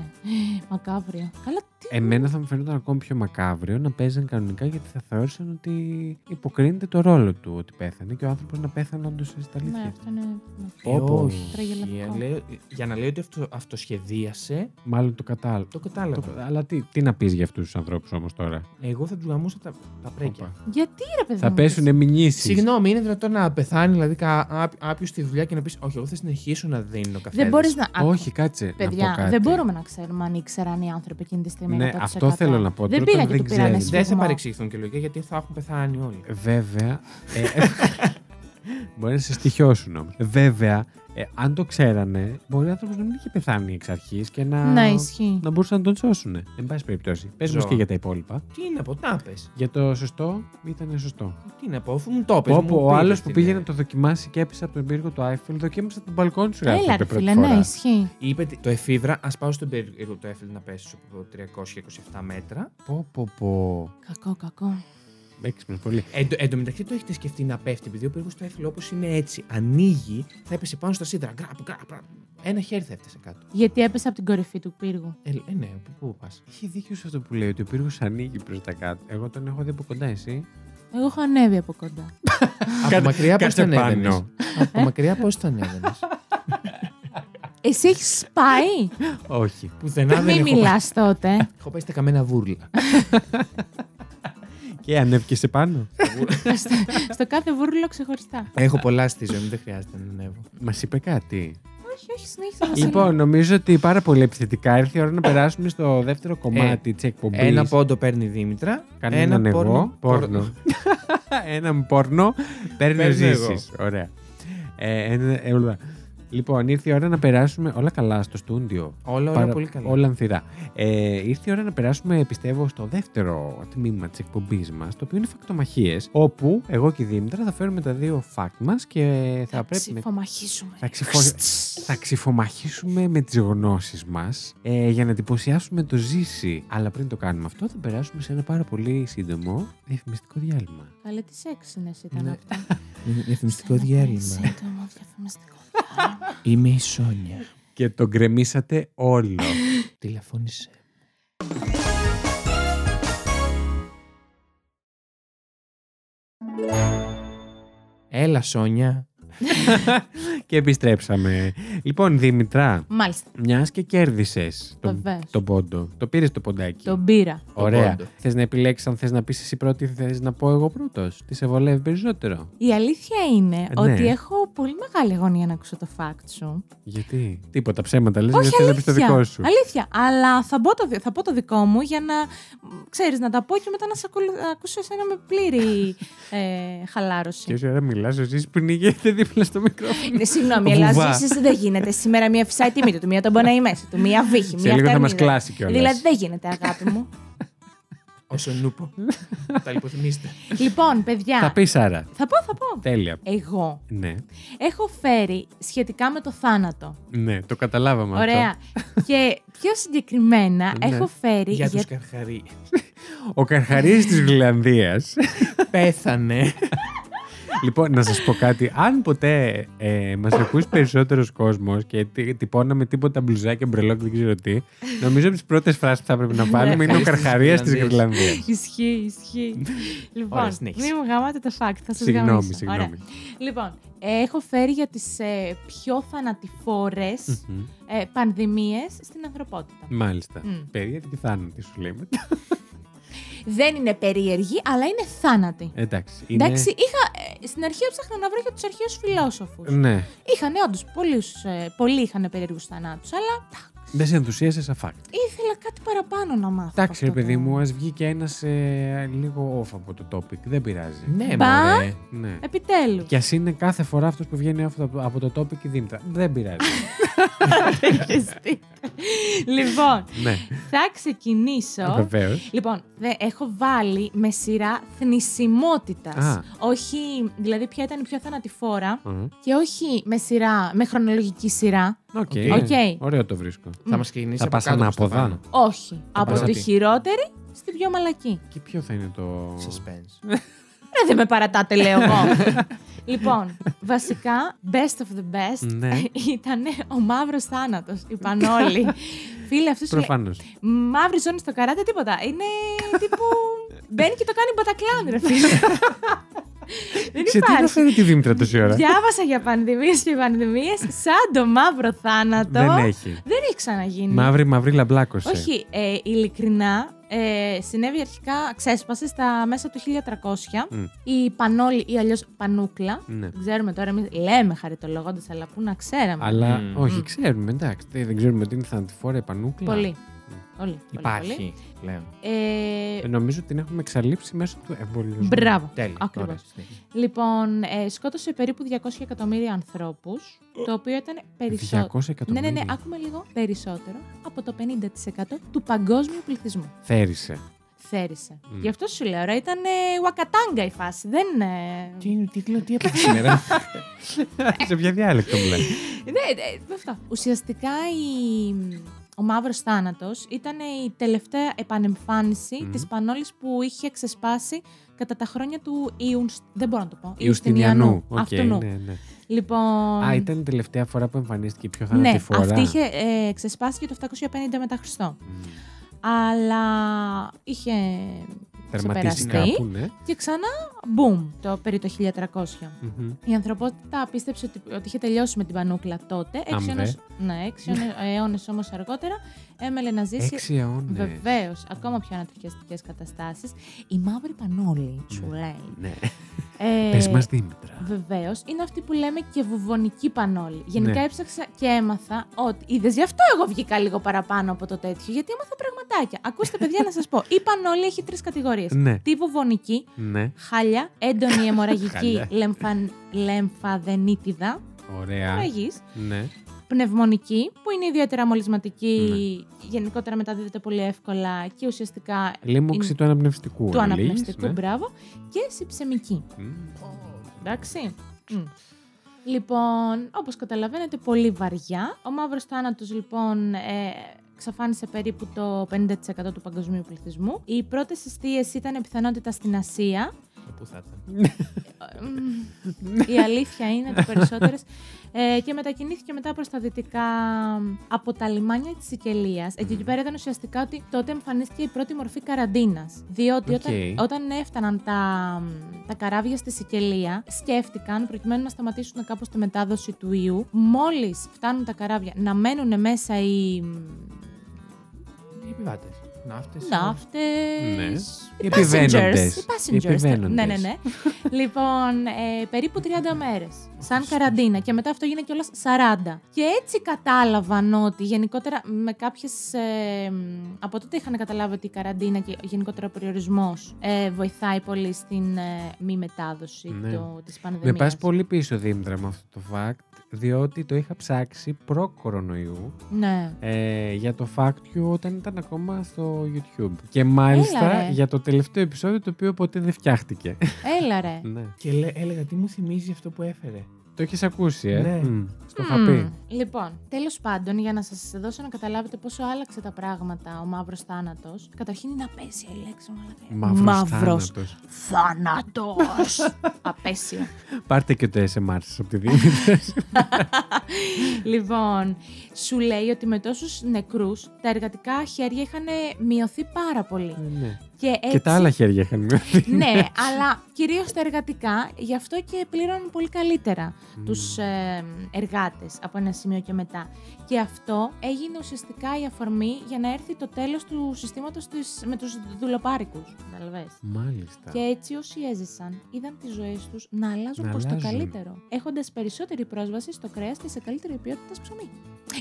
Speaker 2: Μακάβριο. Καλά, τι.
Speaker 1: Εμένα θα μου φαίνονταν ακόμη πιο μακάβριο να παίζαν κανονικά γιατί θα θεώρησαν ότι υποκρίνεται το ρόλο του ότι πέθανε και ο άνθρωπος να πέθανε όντως στα αλήθεια.
Speaker 2: Ναι, αυτό είναι. ναι.
Speaker 1: Πω, πω.
Speaker 2: Τραγελαφικό.
Speaker 3: Λέω- για να λέει ότι αυτο, αυτοσχεδίασε,
Speaker 1: Μάλλον το κατάλαβα.
Speaker 3: το κατάλαβα.
Speaker 1: Το- Αλλά τι, τι να πεις για αυτούς τους ανθρώπους όμως τώρα.
Speaker 3: Εγώ θα τους γαμούσα τα, τα πρέκια.
Speaker 1: Όπα.
Speaker 2: Γιατί ρε παιδί
Speaker 1: Θα
Speaker 2: μου,
Speaker 1: πέσουν μηνύσεις.
Speaker 3: Συγγνώμη, είναι δυνατόν να πεθάνει δηλαδή κάποιο στη δουλειά και να πεις Όχι, εγώ θα συνεχίσω να δίνω Ναι, καφέ.
Speaker 2: Δεν μπορείς να. Άκου,
Speaker 1: Όχι, κάτσε. να
Speaker 2: Παιδιά,
Speaker 1: πω κάτι.
Speaker 2: δεν μπορούμε να ξέρουμε αν ήξεραν οι άνθρωποι εκείνη τη στιγμή.
Speaker 1: Ναι,
Speaker 2: 100%.
Speaker 1: αυτό θέλω να πω.
Speaker 2: Δεν
Speaker 1: Τώρα
Speaker 2: πήγα
Speaker 1: όταν
Speaker 2: και του
Speaker 1: δεν
Speaker 2: πήραν
Speaker 1: ξέρεις.
Speaker 2: εσύ.
Speaker 3: Δεν θα
Speaker 2: Σίγμα.
Speaker 3: παρεξηγηθούν και λογικά γιατί θα έχουν πεθάνει όλοι.
Speaker 1: Βέβαια. ε, μπορεί να σε στοιχειώσουν όμως. Βέβαια, ε, αν το ξέρανε, μπορεί ο άνθρωπος να μην είχε πεθάνει εξ αρχής και να.
Speaker 2: Ναι, ισχύει.
Speaker 1: να μπορούσαν να τον σώσουν. Εν πάση περιπτώσει. Πες μα
Speaker 3: Ζώα.
Speaker 1: και για τα υπόλοιπα.
Speaker 3: Τι να πω, να πες.
Speaker 1: Για το σωστό ήταν σωστό.
Speaker 3: Τι να πω, αφού μου το πες,
Speaker 1: Πω,
Speaker 3: μου
Speaker 1: πω, ο
Speaker 3: πήρες
Speaker 1: άλλος
Speaker 3: την ε,
Speaker 1: που πήγε
Speaker 3: ιδέα.
Speaker 1: να το δοκιμάσει και έπεσε από τον πύργο του Άιφελ, δοκίμασε από τον μπαλκόνι σου. ρε,
Speaker 2: Έλα,
Speaker 1: άνθρωπε,
Speaker 2: ρε
Speaker 1: πρώτη
Speaker 2: φίλε, ναι,
Speaker 1: φορά.
Speaker 2: ισχύει.
Speaker 3: Είπε τι- το εφήβρα, ας πάω στον περίεργο του Έφελ να πέσει από 327 μέτρα.
Speaker 1: Πω, πω, πω.
Speaker 2: Κακό, κακό.
Speaker 1: Έξυπνος πολύ.
Speaker 3: Εν, τω- εν τω μεταξύ το έχετε σκεφτεί να πέφτει, επειδή ο πύργος του Άιφελ όπως είναι έτσι, ανοίγει, θα έπεσε πάνω στα σίδερα. Γκραπ, γκραπ, γκραπ. Ένα χέρι θα έφτασε κάτω.
Speaker 2: Γιατί έπεσα από την κορυφή του πύργου.
Speaker 3: Ε, ε, ναι, πού- πού πας.
Speaker 1: Έχει δίκιο σε αυτό που λέει ότι ο πύργος ανοίγει προς τα κάτω. Εγώ τον έχω δει από κοντά, εσύ.
Speaker 2: Εγώ έχω ανέβει από κοντά.
Speaker 3: Από μακριά πώς
Speaker 1: κάτσε
Speaker 3: θα ανέβαινε.
Speaker 1: πάνω.
Speaker 3: Από μακριά πώς θα ανέβαινε.
Speaker 2: Εσύ έχεις πάει.
Speaker 1: Όχι.
Speaker 3: Πουθενά δεν
Speaker 2: Μην
Speaker 3: έχω πάει.
Speaker 2: μιλάς τότε.
Speaker 3: Έχω πάει στα καμένα βούρλα.
Speaker 1: Και ανέβηκε σε πάνω.
Speaker 2: στο, στο κάθε βούρλο ξεχωριστά.
Speaker 3: έχω πολλά στη ζωή μου, δεν χρειάζεται να ανέβω.
Speaker 1: Μας είπε κάτι.
Speaker 2: όχι, όχι, συνέχισε να
Speaker 1: Λοιπόν, νομίζω ότι πάρα πολύ επιθετικά ήρθε η ώρα να περάσουμε στο δεύτερο κομμάτι της εκπομπής.
Speaker 3: Ε, Ένα πόντο παίρνει η Δήμητρα.
Speaker 1: Κανέναν
Speaker 3: ένα
Speaker 1: εγώ.
Speaker 3: πόρνο-
Speaker 1: Πόρνο. Έναν πόρνο παίρνει
Speaker 3: Παίρνω
Speaker 1: ζήσει. Ωραία. Ε, ένα- ε, όλα. Λοιπόν, ήρθε η ώρα να περάσουμε όλα καλά στο στούντιο.
Speaker 3: Όλα, όλα
Speaker 1: Πάρα-
Speaker 3: πολύ καλά.
Speaker 1: Όλα ανθυρά. Ε, ήρθε η ώρα να περάσουμε, πιστεύω, στο δεύτερο τμήμα της εκπομπής μας, το οποίο είναι φακτομαχίες. Όπου εγώ και η Δήμητρα θα φέρουμε τα δύο φακτ μας και θα, πρέπει. με-
Speaker 2: Ψηφομαχήσουμε.
Speaker 1: Θα, ξυφο... θα ξυφομαχίσουμε με τις γνώσεις μας ε, για να εντυπωσιάσουμε το ζήσει. Αλλά πριν το κάνουμε αυτό θα περάσουμε σε ένα πάρα πολύ σύντομο διαφημιστικό διάλειμμα.
Speaker 2: Καλέ τι έξινε ήταν
Speaker 3: Ναι.
Speaker 2: αυτό.
Speaker 3: Διαφημιστικό
Speaker 2: Ήταν
Speaker 3: διάλειμμα.
Speaker 2: ένα πολύ Σύντομο διαφημιστικό διάλειμμα.
Speaker 3: Είμαι η Σόνια.
Speaker 1: Και το γκρεμίσατε όλο.
Speaker 3: Τηλεφώνησε. Έλα, Σόνια.
Speaker 1: και επιστρέψαμε. Λοιπόν, Δήμητρα,
Speaker 2: Μάλιστα.
Speaker 1: μιας και κέρδισες τον
Speaker 2: Βεβαίως.
Speaker 1: το πόντο. Το πήρες το ποντάκι.
Speaker 2: Τον πήρα.
Speaker 1: Ωραία.
Speaker 3: πόντο.
Speaker 1: Θες να επιλέξεις αν θες να πεις εσύ πρώτη, θες να πω εγώ πρώτος. Τις σε βολεύει περισσότερο.
Speaker 2: Η αλήθεια είναι ότι
Speaker 1: ναι.
Speaker 2: έχω πολύ μεγάλη αγωνία να ακούσω το fact σου.
Speaker 1: Γιατί. Τίποτα ψέματα λες,
Speaker 2: Όχι,
Speaker 1: δεν θε να πει το
Speaker 2: αλήθεια.
Speaker 1: δικό σου.
Speaker 2: Αλήθεια. Αλλά θα, μπω το, δι- θα πω το δικό μου για να ξέρεις να τα πω και μετά να σε ακολου- να ακούσω εσένα με πλήρη ε, χαλάρωση.
Speaker 1: Και όση ώρα μιλά, ο Ζή πνιγέται δίπλα στο μικρόφωνο.
Speaker 2: Ναι, συγγνώμη,
Speaker 1: Βουβά.
Speaker 2: αλλά ζήσεις δεν γίνεται. Σήμερα μία φυσάει τη μύτη του, μία τον πονάει μέσα του, μία βύχη,
Speaker 1: Σε
Speaker 2: μία
Speaker 1: λίγο θα μας
Speaker 2: φτερνίδα.
Speaker 1: κλάσει κιόλας.
Speaker 2: Δηλαδή δεν γίνεται, αγάπη μου.
Speaker 3: Όσο νούπο. Τα υποθυμίστε.
Speaker 2: λοιπόν, παιδιά.
Speaker 1: Θα πεις άρα.
Speaker 2: Θα πω, θα πω.
Speaker 1: Τέλεια.
Speaker 2: Εγώ
Speaker 1: Ναι,
Speaker 2: έχω φέρει σχετικά με το θάνατο.
Speaker 1: ναι, το καταλάβαμε
Speaker 2: Ωραία.
Speaker 1: αυτό.
Speaker 2: και πιο συγκεκριμένα
Speaker 1: Ναι.
Speaker 2: έχω φέρει.
Speaker 3: Για τους καρχαρί.
Speaker 1: Ο Καρχαρής της Γλανδίας
Speaker 3: Πέθανε.
Speaker 1: Λοιπόν, να σας πω κάτι. Αν ποτέ ε, μας ακούσει περισσότερος κόσμος και τι- τυπώναμε τίποτα μπλουζάκια, μπρελόκ, δεν ξέρω τι, νομίζω από τις πρώτες φράσεις που θα πρέπει
Speaker 2: Ναι,
Speaker 1: να βάλουμε είναι ο Καρχαρίας της Γλανδίας.
Speaker 2: Ισχύει, ισχύει. λοιπόν,
Speaker 3: Ωραία, συνέχισε.
Speaker 2: μη μου γάματε το fact, θα σας
Speaker 1: Συγγνώμη,
Speaker 2: γαμίσω.
Speaker 1: συγγνώμη.
Speaker 2: Ωραία. Λοιπόν, ε, έχω φέρει για τις ε, πιο θανατηφόρες
Speaker 1: Μμμ.
Speaker 2: ε, πανδημίες στην ανθρωπότητα.
Speaker 1: Μάλιστα.
Speaker 2: Μμ.
Speaker 1: Παιδιά, τι θάνατη σου λέμε.
Speaker 2: Δεν είναι περίεργη, αλλά είναι θάνατη.
Speaker 1: Εντάξει. Είναι...
Speaker 2: Εντάξει, είχα, ε, στην αρχή έψαχνα να βρω για τους αρχαίους φιλόσοφους.
Speaker 1: Ναι.
Speaker 2: Είχαν όντω ε, πολλοί είχαν περίεργους θανάτους, αλλά τάκ,
Speaker 1: Δεν σε ενθουσίασε σαν fact.
Speaker 2: ήθελα κάτι παραπάνω να μάθω.
Speaker 1: Εντάξει,
Speaker 2: από
Speaker 1: ρε
Speaker 2: αυτό
Speaker 1: παιδί
Speaker 2: το-
Speaker 1: μου, ας βγει ένας ε, λίγο off από το topic. Δεν πειράζει.
Speaker 3: Ναι,
Speaker 2: Μπα.
Speaker 3: μωρέ.
Speaker 1: Ναι.
Speaker 2: Επιτέλους.
Speaker 1: Και ας είναι κάθε φορά αυτός που βγαίνει off από- από το topic η Δήμητρα. Δεν πειράζει.
Speaker 2: λοιπόν,
Speaker 1: ναι,
Speaker 2: θα
Speaker 1: Ε,
Speaker 2: ξεκινήσω.
Speaker 1: βεβαίως.
Speaker 2: Λοιπόν, δε, έχω βάλει με σειρά θνησιμότητας.
Speaker 1: Α.
Speaker 2: Όχι, δηλαδή ποια ήταν η πιο θανατηφόρα και όχι με σειρά, με χρονολογική σειρά.
Speaker 1: Οκ.
Speaker 2: Οκ.
Speaker 1: Ωραίο το βρίσκω.
Speaker 3: Θα μας κινήσει
Speaker 1: Θα
Speaker 3: από
Speaker 1: πας
Speaker 3: κάτω προς τα
Speaker 1: ανάποδα.
Speaker 3: πάνω.
Speaker 2: Όχι. από
Speaker 3: παρατή.
Speaker 2: τη χειρότερη στην πιο μαλακή.
Speaker 1: Και ποιο θα είναι το.
Speaker 3: Suspense.
Speaker 2: Ε, δεν με παρατάτε, λέω εγώ. λοιπόν, βασικά, best of the best
Speaker 1: Ναι.
Speaker 2: ήταν ο μαύρος θάνατος. Είπαν όλοι. Φίλε, αυτός σου λέει,
Speaker 1: Προφανώς.
Speaker 2: Μαύρη ζώνη στο καράτε, τίποτα. Είναι τύπου. Μπαίνει και το κάνει μπατακλάν, ρε φίλε. Δεν
Speaker 1: Σε τι ε?
Speaker 2: υπάρχει.
Speaker 1: αναφέρει τη Δήμητρα τόση ώρα.
Speaker 2: Διάβασα για πανδημίες και πανδημίες σαν το μαύρο θάνατο.
Speaker 1: Δεν έχει.
Speaker 2: Δεν έχει ξαναγίνει.
Speaker 1: Μαύρη, μαύρη λαμπλάκωσε.
Speaker 2: Όχι, ε, ειλικρινά, ε, συνέβη αρχικά, ξέσπασε στα μέσα του 1300
Speaker 1: Μμ.
Speaker 2: η Πανόλη ή αλλιώς Πανούκλα.
Speaker 1: Ναι.
Speaker 2: Δεν Ξέρουμε τώρα, εμείς λέμε χαριτολογώντας, αλλά πού να ξέραμε.
Speaker 1: Αλλά
Speaker 3: Μμμ.
Speaker 1: όχι,
Speaker 2: Μμμ.
Speaker 1: ξέρουμε, εντάξει. τι, Δεν ξέρουμε ότι είναι θανατηφόρα η πανούκλα.
Speaker 2: Πολύ. Πολύ. Πολύ.
Speaker 3: Υπάρχει, πλέον.
Speaker 2: Ε,
Speaker 1: Ε, Νομίζω ότι την έχουμε εξαλείψει μέσω του εμβολιασμού.
Speaker 2: μπράβο.
Speaker 3: Τέλεια.
Speaker 2: Ακριβώς.
Speaker 3: Ωραία, συνέχεια.
Speaker 2: Λοιπόν, ε, σκότωσε περίπου 200 εκατομμύρια ανθρώπους, το οποίο ήταν
Speaker 1: 200
Speaker 2: περισσότερο. Ναι,
Speaker 1: εκατομμύρια.
Speaker 2: ναι, ναι, άκουμε λίγο. Περισσότερο από το 50% του παγκόσμιου πληθυσμού.
Speaker 1: Θέρισε.
Speaker 2: Θέρισε.
Speaker 1: Μμ.
Speaker 2: Γι' αυτό σου λέω, ρε, ήταν ε, Ουακατάγκα η φάση. Δεν. Ε,
Speaker 3: Τι είναι, τι κλείνω, τι έπαθε σήμερα.
Speaker 1: Σε ποια διάλεκτο μου λένε.
Speaker 2: δεν- ε, με αυτά. Ουσιαστικά η, ο μαύρος θάνατος ήταν ε, η τελευταία επανεμφάνιση
Speaker 1: Μμ.
Speaker 2: της πανόλης που είχε ξεσπάσει κατά τα χρόνια του Ιουνσ... Δεν μπορώ να το πω.
Speaker 1: Ιουστινιανού. Οκ,
Speaker 2: Αυτού νου.
Speaker 1: ναι, ναι.
Speaker 2: Λοιπόν.
Speaker 1: Α, ήταν η τελευταία φορά που εμφανίστηκε η πιο
Speaker 2: Ναι,
Speaker 1: θανατηφόρα.
Speaker 2: αυτή είχε ε, ξεσπάσει και το 750 μετά Χριστό.
Speaker 1: Μμ.
Speaker 2: Αλλά είχε
Speaker 1: Τερματίσει
Speaker 2: ξεπεραστεί
Speaker 1: κάπου, ναι.
Speaker 2: και ξανά μπούμ το περί το 1300.
Speaker 1: Μμμ.
Speaker 2: Η ανθρωπότητα πίστεψε ότι, ότι είχε τελειώσει με την πανούκλα τότε. Έξι
Speaker 1: Αμβέ.
Speaker 2: αιώνες- ναι, έξι αιώνες όμως αργότερα έμελε να ζήσει.
Speaker 1: Έξι αιώνες.
Speaker 2: Βεβαίως, ακόμα πιο ανατριχιαστικές καταστάσεις. Η μαύρη πανόλη, σου
Speaker 1: Ναι.
Speaker 2: λέει.
Speaker 1: Ναι.
Speaker 2: Ε,
Speaker 1: Πες μας, Δήμητρα.
Speaker 2: Βεβαίως, είναι αυτή που λέμε και βουβονική πανόλη. Γενικά
Speaker 1: Ναι.
Speaker 2: έψαξα και έμαθα ότι. Είδες γι' αυτό εγώ βγήκα λίγο παραπάνω από το τέτοιο, γιατί έμαθα πραγματάκια. Ακούστε, παιδιά, να σας πω. Η πανόλη έχει τρεις κατηγορίες.
Speaker 1: Ναι.
Speaker 2: Τη βουβονική,
Speaker 1: Ναι.
Speaker 2: χάλια, έντονη αιμορραγική
Speaker 1: Χάλια.
Speaker 2: λεμφαν... λεμφαδενίτιδα,
Speaker 1: Ωραία.
Speaker 2: αιμορραγής,
Speaker 1: Ναι.
Speaker 2: πνευμονική, που είναι ιδιαίτερα μολυσματική,
Speaker 1: Ναι.
Speaker 2: γενικότερα μεταδίδεται πολύ εύκολα και ουσιαστικά
Speaker 1: Λίμωξη
Speaker 2: είναι
Speaker 1: του αναπνευστικού.
Speaker 2: του
Speaker 1: έλεγες,
Speaker 2: αναπνευστικού,
Speaker 1: ναι.
Speaker 2: μπράβο, και συψεμική.
Speaker 1: Μμμ.
Speaker 2: Εντάξει. Μμ. Λοιπόν, όπως καταλαβαίνετε, πολύ βαριά. Ο μαύρος θάνατος, λοιπόν, ε, ξαφάνισε περίπου το 50% του παγκοσμίου πληθυσμού. Οι πρώτες εστίες ήταν πιθανότητα στην Ασία.
Speaker 3: Πού θα ήταν.
Speaker 2: Μμμ. Η αλήθεια είναι ότι περισσότερες. Ε, και μετακινήθηκε μετά προς τα δυτικά από τα λιμάνια της Σικελίας. Ε, και εκεί πέρα ήταν ουσιαστικά ότι τότε εμφανίστηκε η πρώτη μορφή καραντίνας. Διότι
Speaker 1: Οκ.
Speaker 2: όταν, όταν έφταναν τα, τα καράβια στη Σικελία, σκέφτηκαν προκειμένου να σταματήσουν κάπως τη μετάδοση του ιού. Μόλις φτάνουν τα καράβια να μένουν μέσα οι
Speaker 3: Οι επιβάτες. Ναύτες.
Speaker 2: ναύτες.
Speaker 1: Ναι.
Speaker 2: Οι passengers.
Speaker 1: Επιβαίνοντες.
Speaker 2: Οι passengers.
Speaker 1: Επιβαίνοντες.
Speaker 2: Ναι, ναι, ναι. λοιπόν, ε, περίπου 30 μέρες. Σαν καραντίνα. Και μετά αυτό γίνεται κιόλας 40. Και έτσι κατάλαβαν ότι γενικότερα με κάποιες. Ε, μ, από τότε είχαν καταλάβει ότι η καραντίνα και γενικότερα ο περιορισμός ε, βοηθάει πολύ στην ε, μη μετάδοση
Speaker 1: Ναι.
Speaker 2: της πανδημίας.
Speaker 1: Με πας πολύ πίσω, Δήμητρα, με αυτό το fact, διότι το είχα ψάξει προ-κορονοϊού
Speaker 2: Ναι.
Speaker 1: ε, για το fact you όταν ήταν ακόμα στο YouTube. Και μάλιστα
Speaker 2: Έλα, ρε.
Speaker 1: για το τελευταίο επεισόδιο το οποίο ποτέ δεν φτιάχτηκε.
Speaker 2: Έλα ρε.
Speaker 1: ναι.
Speaker 3: Και λέ, έλεγα, τι μου θυμίζει αυτό που έφερε.
Speaker 1: Το έχεις ακούσει, ε.
Speaker 3: Ναι.
Speaker 1: Μμ, Στο
Speaker 2: Μμμ.
Speaker 1: είχα πει.
Speaker 2: Λοιπόν, τέλος πάντων, για να σας δώσω να καταλάβετε πόσο άλλαξε τα πράγματα ο μαύρος θάνατος. Καταρχήν είναι απέσια η λέξη μου, αλλά
Speaker 1: Μαύρος, Μαύρος.
Speaker 2: θάνατος. απέσια.
Speaker 1: Πάρτε και το SMR σας από τη Δήμητρα.
Speaker 2: λοιπόν, σου λέει ότι με τόσους νεκρούς τα εργατικά χέρια είχαν μειωθεί πάρα πολύ.
Speaker 1: ναι.
Speaker 2: Και, έτσι,
Speaker 1: Και τα άλλα χέρια είχαν μειωθεί.
Speaker 2: ναι, αλλά κυρίως τα εργατικά, γι' αυτό και πλήρωναν πολύ καλύτερα. τους ε, εργάτες από ένα σημείο και μετά. Και αυτό έγινε ουσιαστικά η αφορμή για να έρθει το τέλος του συστήματος της, με τους δουλοπάρικους, καταλαβες.
Speaker 1: Μάλιστα.
Speaker 2: Και έτσι όσοι έζησαν είδαν τις ζωές τους να αλλάζουν
Speaker 1: Ναι. Να
Speaker 2: προς το
Speaker 1: αλλάζουν.
Speaker 2: καλύτερο, έχοντας περισσότερη πρόσβαση στο κρέας και σε καλύτερη ποιότητας ψωμί.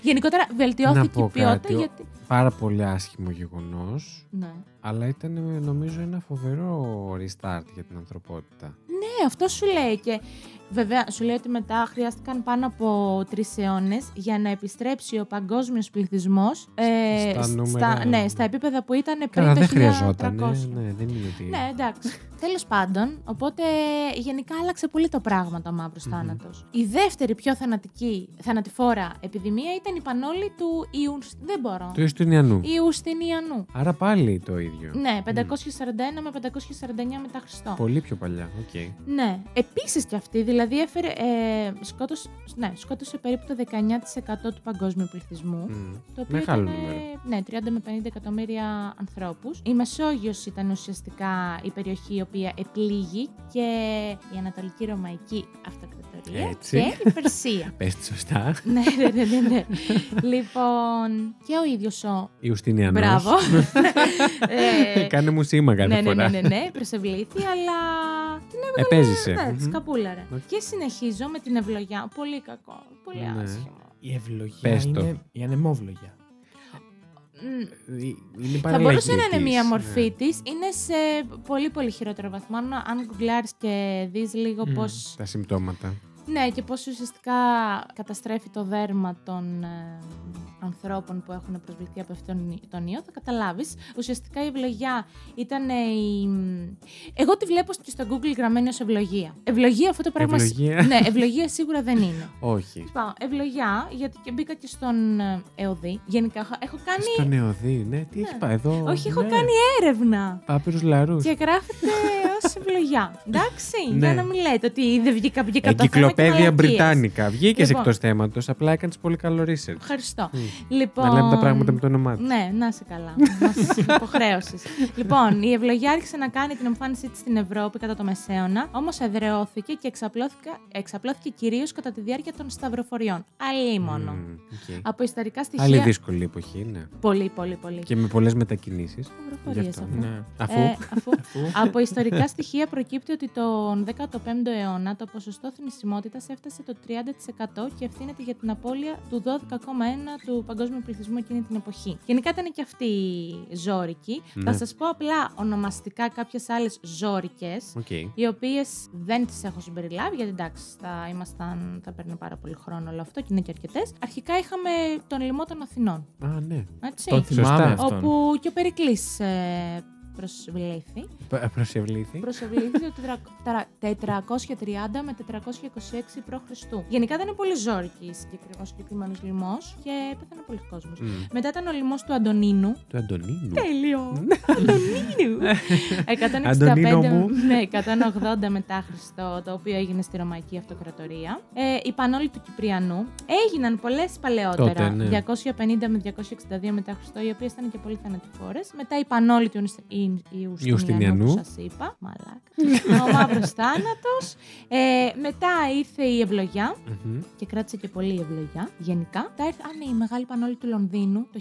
Speaker 2: Γενικότερα βελτιώθηκε
Speaker 1: πω
Speaker 2: η ποιότητα
Speaker 1: κάτι.
Speaker 2: γιατί...
Speaker 1: Πάρα πολύ άσχημο γεγονός,
Speaker 2: Ναι.
Speaker 1: αλλά ήταν ε, νομίζω ένα φοβερό restart για την ανθρωπότητα.
Speaker 2: ναι, αυτό σου λέει και βέβαια σου λέει ότι μετά χρειάστηκαν πάνω από τρεις αιώνες για να επιστρέψει ο παγκόσμιος πληθυσμός ε,
Speaker 1: Στα
Speaker 2: σ-
Speaker 1: νούμερα.
Speaker 2: ναι, στα επίπεδα που ήταν πριν
Speaker 1: Καλά,
Speaker 2: το
Speaker 1: δεν χρειαζόταν.
Speaker 2: 1300.
Speaker 1: Ναι, ναι, δεν είναι ότι.
Speaker 2: Ναι, εντάξει. Τέλος πάντων, οπότε γενικά άλλαξε πολύ το πράγμα το μαύρος
Speaker 1: Μμμ.
Speaker 2: θάνατος. Η δεύτερη πιο θανατική, θανατηφόρα επιδημία ήταν η πανόλη του Ιουν. Δεν μπορώ.
Speaker 1: Του Ιστουνιανού.
Speaker 2: Ιουστινιανού.
Speaker 1: Άρα πάλι το ίδιο.
Speaker 2: Ναι, 541 με 549 μετά Χριστό.
Speaker 1: Πολύ πιο παλιά. Οκ.
Speaker 2: Ναι. Επίσης κι αυτή, δηλαδή έφερε, ε, σκότωσε, ναι, σκότωσε περίπου το 19% του παγκόσμιου πληθυσμού.
Speaker 1: Μμ.
Speaker 2: Το οποίο
Speaker 1: Μεγάλο
Speaker 2: ήταν,
Speaker 1: νούμερο.
Speaker 2: ναι, 30 με 50 εκατομμύρια ανθρώπους. Η Μεσόγειος ήταν ουσιαστικά η περιοχή η οποία επλήγει και η Ανατολική Ρωμαϊκή Αυτοκρατορία
Speaker 1: Έτσι.
Speaker 2: και η Περσία.
Speaker 1: Πες τη σωστά.
Speaker 2: ναι, ναι, ναι, ναι, ναι. λοιπόν, και ο ίδιος ο...
Speaker 1: Ιουστινιανός.
Speaker 2: Μπράβο. Ε,
Speaker 1: Κάνε μου σήμα κάθε
Speaker 2: ναι, ναι,
Speaker 1: φορά. Ε,
Speaker 2: ναι, ναι, ναι, προσευλήθη, αλλά την έβγαλε.
Speaker 1: Επέζησε.
Speaker 2: Ναι,
Speaker 1: Μμμ.
Speaker 2: σκαπούλαρε.
Speaker 1: Οκ.
Speaker 2: Και συνεχίζω με την ευλογιά. Πολύ κακό. Πολύ
Speaker 1: Ναι.
Speaker 2: άσχημο.
Speaker 3: Η ευλογία
Speaker 1: Πες το.
Speaker 3: είναι η ανεμόβλογια.
Speaker 2: Μμ.
Speaker 1: Ε, Είναι
Speaker 2: Θα μπορούσε να είναι
Speaker 1: παραλλαγή
Speaker 2: μία
Speaker 1: της.
Speaker 2: μορφή της. Είναι σε πολύ πολύ χειρότερο βαθμό. Αν- Αν γκουγκλάρεις και δεις λίγο
Speaker 3: Μμμ.
Speaker 2: πώς.
Speaker 1: Τα συμπτώματα.
Speaker 2: Ναι, και πώς ουσιαστικά καταστρέφει το δέρμα των ε, ανθρώπων που έχουν προσβληθεί από αυτόν τον ιό, θα καταλάβεις. Ουσιαστικά η ευλογιά ήταν ε, η. Εγώ τη βλέπω και στο Google γραμμένη ως ευλογία. Ευλογία αυτό το πράγμα.
Speaker 1: Ευλογία.
Speaker 2: Ναι, ευλογία σίγουρα δεν είναι.
Speaker 1: Όχι.
Speaker 2: Πάω, ευλογιά, γιατί και μπήκα και στον ε, ΕΟΔΗ. Γενικά έχω- έχω κάνει.
Speaker 1: Στο νεοδί, ναι. Τι έχεις πάει εδώ.
Speaker 2: Όχι, έχω
Speaker 1: ναι.
Speaker 2: κάνει έρευνα.
Speaker 1: Πάπυρους λαρούς.
Speaker 2: Και γράφεται ως ευλογιά. Εντάξει,
Speaker 1: Ναι.
Speaker 2: για να μην λέτε ότι δεν βγήκα από εκεί κατά θέμα και
Speaker 1: Εγκυκλοπαίδια
Speaker 2: μαλακίες.
Speaker 1: Βρυτάνικα. Βγήκες
Speaker 2: Λοιπόν.
Speaker 1: εκτός θέματος, απλά έκανες πολύ καλό research.
Speaker 2: Ευχαριστώ.
Speaker 1: Μμ.
Speaker 2: Λοιπόν...
Speaker 1: Να λέμε τα πράγματα με το όνομά τους.
Speaker 2: Ναι, να είσαι καλά. Μα υποχρέωσε. λοιπόν, η ευλογιά άρχισε να κάνει την εμφάνισή της στην Ευρώπη κατά το Μεσαίωνα, όμως εδρεώθηκε και εξαπλώθηκε, εξαπλώθηκε κυρίως κατά τη διάρκεια των σταυροφοριών. Αλίμονο.
Speaker 1: Μμμ, οκ.
Speaker 2: Από ιστορικά στοιχεία.
Speaker 1: Άλλη δύσκολη εποχή, ναι.
Speaker 2: Πολύ, πολύ, πολύ.
Speaker 1: Και με πολλές μετακινήσεις.
Speaker 2: Σταυροφορίες
Speaker 1: γι' αυτό.
Speaker 2: αφού.
Speaker 3: Ναι.
Speaker 1: Αφού.
Speaker 2: Ε, αφού
Speaker 3: Αφού.
Speaker 2: Από ιστορικά στοιχεία προκύπτει ότι τον 15ο αιώνα το ποσοστό θνησιμότητας έφτασε το 30% και ευθύνεται για την απώλεια του 12,1 του παγκόσμιου πληθυσμού εκείνη την εποχή. Γενικά ήταν και αυτή η ζώρικη.
Speaker 1: Ναι.
Speaker 2: Θα σας πω απλά ονομαστικά κάποιες άλλες ζώρικες
Speaker 1: Οκ.
Speaker 2: οι οποίες δεν τις έχω συμπεριλάβει, γιατί εντάξει, θα, ήμασταν, θα παίρνει πάρα πολύ χρόνο όλο αυτό και είναι και αρκετές. Αρχικά είχαμε τον λοιμό των Αθηνών.
Speaker 1: Α, ναι.
Speaker 2: Έτσι.
Speaker 3: Το θυμάμαι
Speaker 1: Σωστά.
Speaker 3: αυτόν.
Speaker 2: Όπου και ο Περικλής ε, προσβλέφει.
Speaker 1: Προ- Προσευλήθη.
Speaker 2: Προσευλήθη το 430 με 426 π.Χ. Γενικά ήταν πολύ ζόρικη η συγκεκρι- ο συγκεκριμένος λοιμός και πέθανε πολλοί κόσμο.
Speaker 1: Μμ.
Speaker 2: Μετά ήταν ο λοιμός του Αντωνίνου.
Speaker 1: Του Αντωνίνου.
Speaker 2: Τέλειο! Αντωνίνου! 165
Speaker 1: Αντωνίνο μου.
Speaker 2: ναι, 180 μετά Χριστό, το οποίο έγινε στη Ρωμαϊκή Αυτοκρατορία. Ε, η Πανόλη του Κυπριανού. Έγιναν πολλές παλαιότερα.
Speaker 1: Τότε, ναι.
Speaker 2: 250 με 262 μετά Χριστό, οι οποίες ήταν και πολύ θανατηφόρες. Μετά η Πανόλη του Ιουστι- Ιου- Ιουστινιανού,
Speaker 1: Ιουστινιανού.
Speaker 2: που σας είπα. Μαλάκα. ο μαύρος θάνατος. Ε, μετά ήρθε η Ευλογιά
Speaker 1: Μμμ.
Speaker 2: και κράτησε και πολύ η ευλογιά γενικά. Τα ήρθε, α, ναι, η μεγάλη πανόλη του Λονδίνου το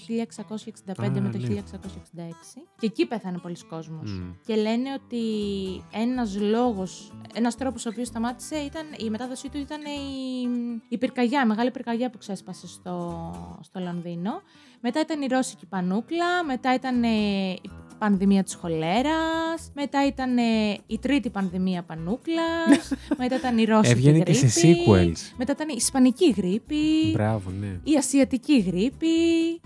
Speaker 2: 1665
Speaker 1: Α,
Speaker 2: με το
Speaker 1: ναι.
Speaker 2: 1666. Και εκεί πέθανε πολλοί κόσμος.
Speaker 1: Μμ.
Speaker 2: Και λένε ότι ένας λόγος, ένας τρόπος ο οποίος σταμάτησε ήταν, η μετάδοσή του ήταν η, η πυρκαγιά, η μεγάλη πυρκαγιά που ξέσπασε στο, στο Λονδίνο. Μετά ήταν η Ρώσικη Πανούκλα, μετά ήταν ε, η πανδημία της χολέρας, μετά ήταν ε, η τρίτη πανδημία Πανούκλας, μετά ήταν η Ρώσικη
Speaker 1: Έβγαινε και σε
Speaker 2: γρήπη.
Speaker 1: sequels.
Speaker 2: Μετά ήταν η Ισπανική γρήπη,
Speaker 1: Μπράβο, ναι.
Speaker 2: η Ασιατική γρήπη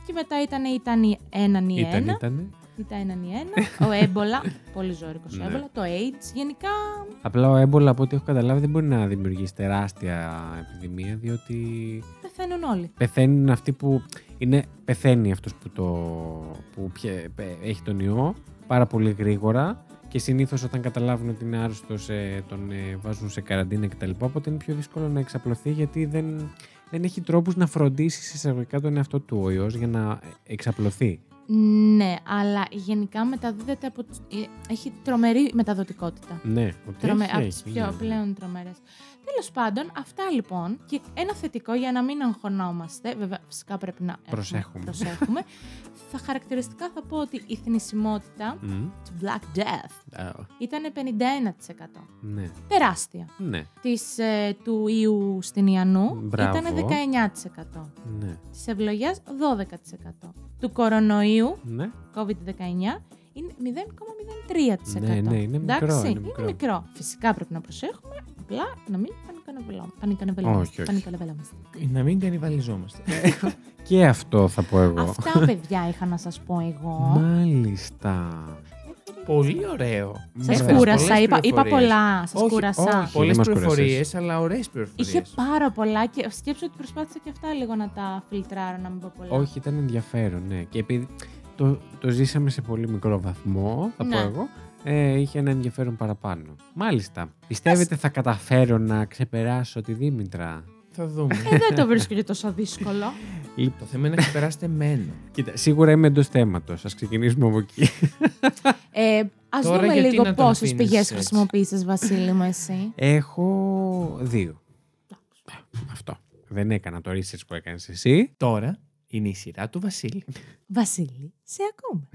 Speaker 2: και μετά ήταν η ήταν η έναν ή
Speaker 1: Ήταν,
Speaker 2: ένα,
Speaker 1: ήταν.
Speaker 2: ήταν έναν ή ένα, ο έμπολα, πολύ ζώρικος ο
Speaker 1: Ναι.
Speaker 2: έμπολα, το AIDS γενικά.
Speaker 1: Απλά ο έμπολα, από ό,τι έχω καταλάβει, δεν μπορεί να δημιουργήσει τεράστια επιδημία, διότι
Speaker 2: Πεθαίνουν όλοι.
Speaker 1: πεθαίνουν αυτοί που είναι, πεθαίνει αυτός που, το, που πιε- πε- έχει τον ιό πάρα πολύ γρήγορα και συνήθως όταν καταλάβουν ότι είναι άρρωστος ε, τον ε, βάζουν σε καραντίνα κτλ. Οπότε είναι πιο δύσκολο να εξαπλωθεί γιατί δεν, δεν έχει τρόπους να φροντίσεις συσταγωγικά τον εαυτό του ο ιός για να εξαπλωθεί.
Speaker 2: Ναι, αλλά γενικά μεταδίδεται από... τους- ε, Έχει τρομερή μεταδοτικότητα.
Speaker 1: Ναι, ότι
Speaker 2: Τρομε...
Speaker 1: έχει,
Speaker 2: από
Speaker 1: έχει,
Speaker 2: τις πιο
Speaker 1: ναι.
Speaker 2: πλέον τρομερές. Τέλος πάντων, αυτά λοιπόν και ένα θετικό για να μην αγχωνόμαστε, βέβαια φυσικά πρέπει να έχουμε-
Speaker 1: Προσέχουμε.
Speaker 2: προσέχουμε. θα χαρακτηριστικά θα πω ότι η θνησιμότητα
Speaker 1: Μμ.
Speaker 2: του Black Death
Speaker 1: Α,
Speaker 2: ήταν 51%.
Speaker 1: ναι,
Speaker 2: Τεράστια.
Speaker 1: ναι,
Speaker 2: Της, ε, του Ιουστινιανού
Speaker 1: Μπράβο.
Speaker 2: ήταν 19%.
Speaker 1: ναι,
Speaker 2: Της ευλογιάς 12%. Του κορονοϊού
Speaker 1: ναι.
Speaker 2: COVID-19 είναι 0,03%.
Speaker 1: Ναι, ναι, είναι μικρό,
Speaker 2: Εντάξει,
Speaker 1: είναι μικρό.
Speaker 2: Φυσικά πρέπει να προσέχουμε, απλά να μην πανικανεβελώ-
Speaker 1: Όχι,
Speaker 2: πανικανεβελόμαστε.
Speaker 1: όχι.
Speaker 2: πανικανεβελόμαστε.
Speaker 3: Να μην κανιβαλιζόμαστε.
Speaker 1: Και αυτό θα πω εγώ.
Speaker 2: Αυτά, παιδιά, είχα να σας πω εγώ.
Speaker 1: Μάλιστα.
Speaker 3: Πολύ ωραίο.
Speaker 2: Σας
Speaker 1: Μπράβο.
Speaker 2: κούρασα,
Speaker 3: Πολλές
Speaker 2: είπα, είπα
Speaker 3: πληροφορίες.
Speaker 2: πολλά. Σας
Speaker 3: Όχι,
Speaker 2: κούρασα.
Speaker 1: όχι.
Speaker 3: Πολλές
Speaker 1: δεν μας κουράσες.
Speaker 3: πληροφορίες, αλλά ωραίες πληροφορίες.
Speaker 2: Είχε πάρα πολλά και σκέψω ότι προσπάθησα και αυτά λίγο να τα φιλτράρω, να μην πω πολλά.
Speaker 1: Όχι, ήταν ενδιαφέρον, ναι. Και επειδή το, το ζήσαμε σε πολύ μικρό βαθμό, θα πω
Speaker 2: Ναι.
Speaker 1: εγώ, ε, είχε ένα ενδιαφέρον παραπάνω. Μάλιστα. Πιστεύετε θα καταφέρω να ξεπεράσω τη Δήμητρα.
Speaker 3: Θα δούμε.
Speaker 2: Ε, δεν το βρίσκω και τόσο δύσκολο.
Speaker 3: Το θέμα είναι να ξεπεράσετε εμένα.
Speaker 1: Κοίτα, σίγουρα είμαι εντός θέματος. Ας ξεκινήσουμε από εκεί.
Speaker 2: Ε, Ας
Speaker 3: Τώρα
Speaker 2: δούμε
Speaker 3: γιατί
Speaker 2: λίγο
Speaker 3: να τον
Speaker 2: πόσες
Speaker 3: αφήνεις
Speaker 2: πηγές
Speaker 3: έτσι.
Speaker 2: χρησιμοποίησε, Βασίλη μου, εσύ.
Speaker 1: Έχω δύο. Αυτό. Δεν έκανα το research που έκανες εσύ.
Speaker 3: Τώρα είναι η σειρά του Βασίλη.
Speaker 2: Βασίλη, σε ακούμε.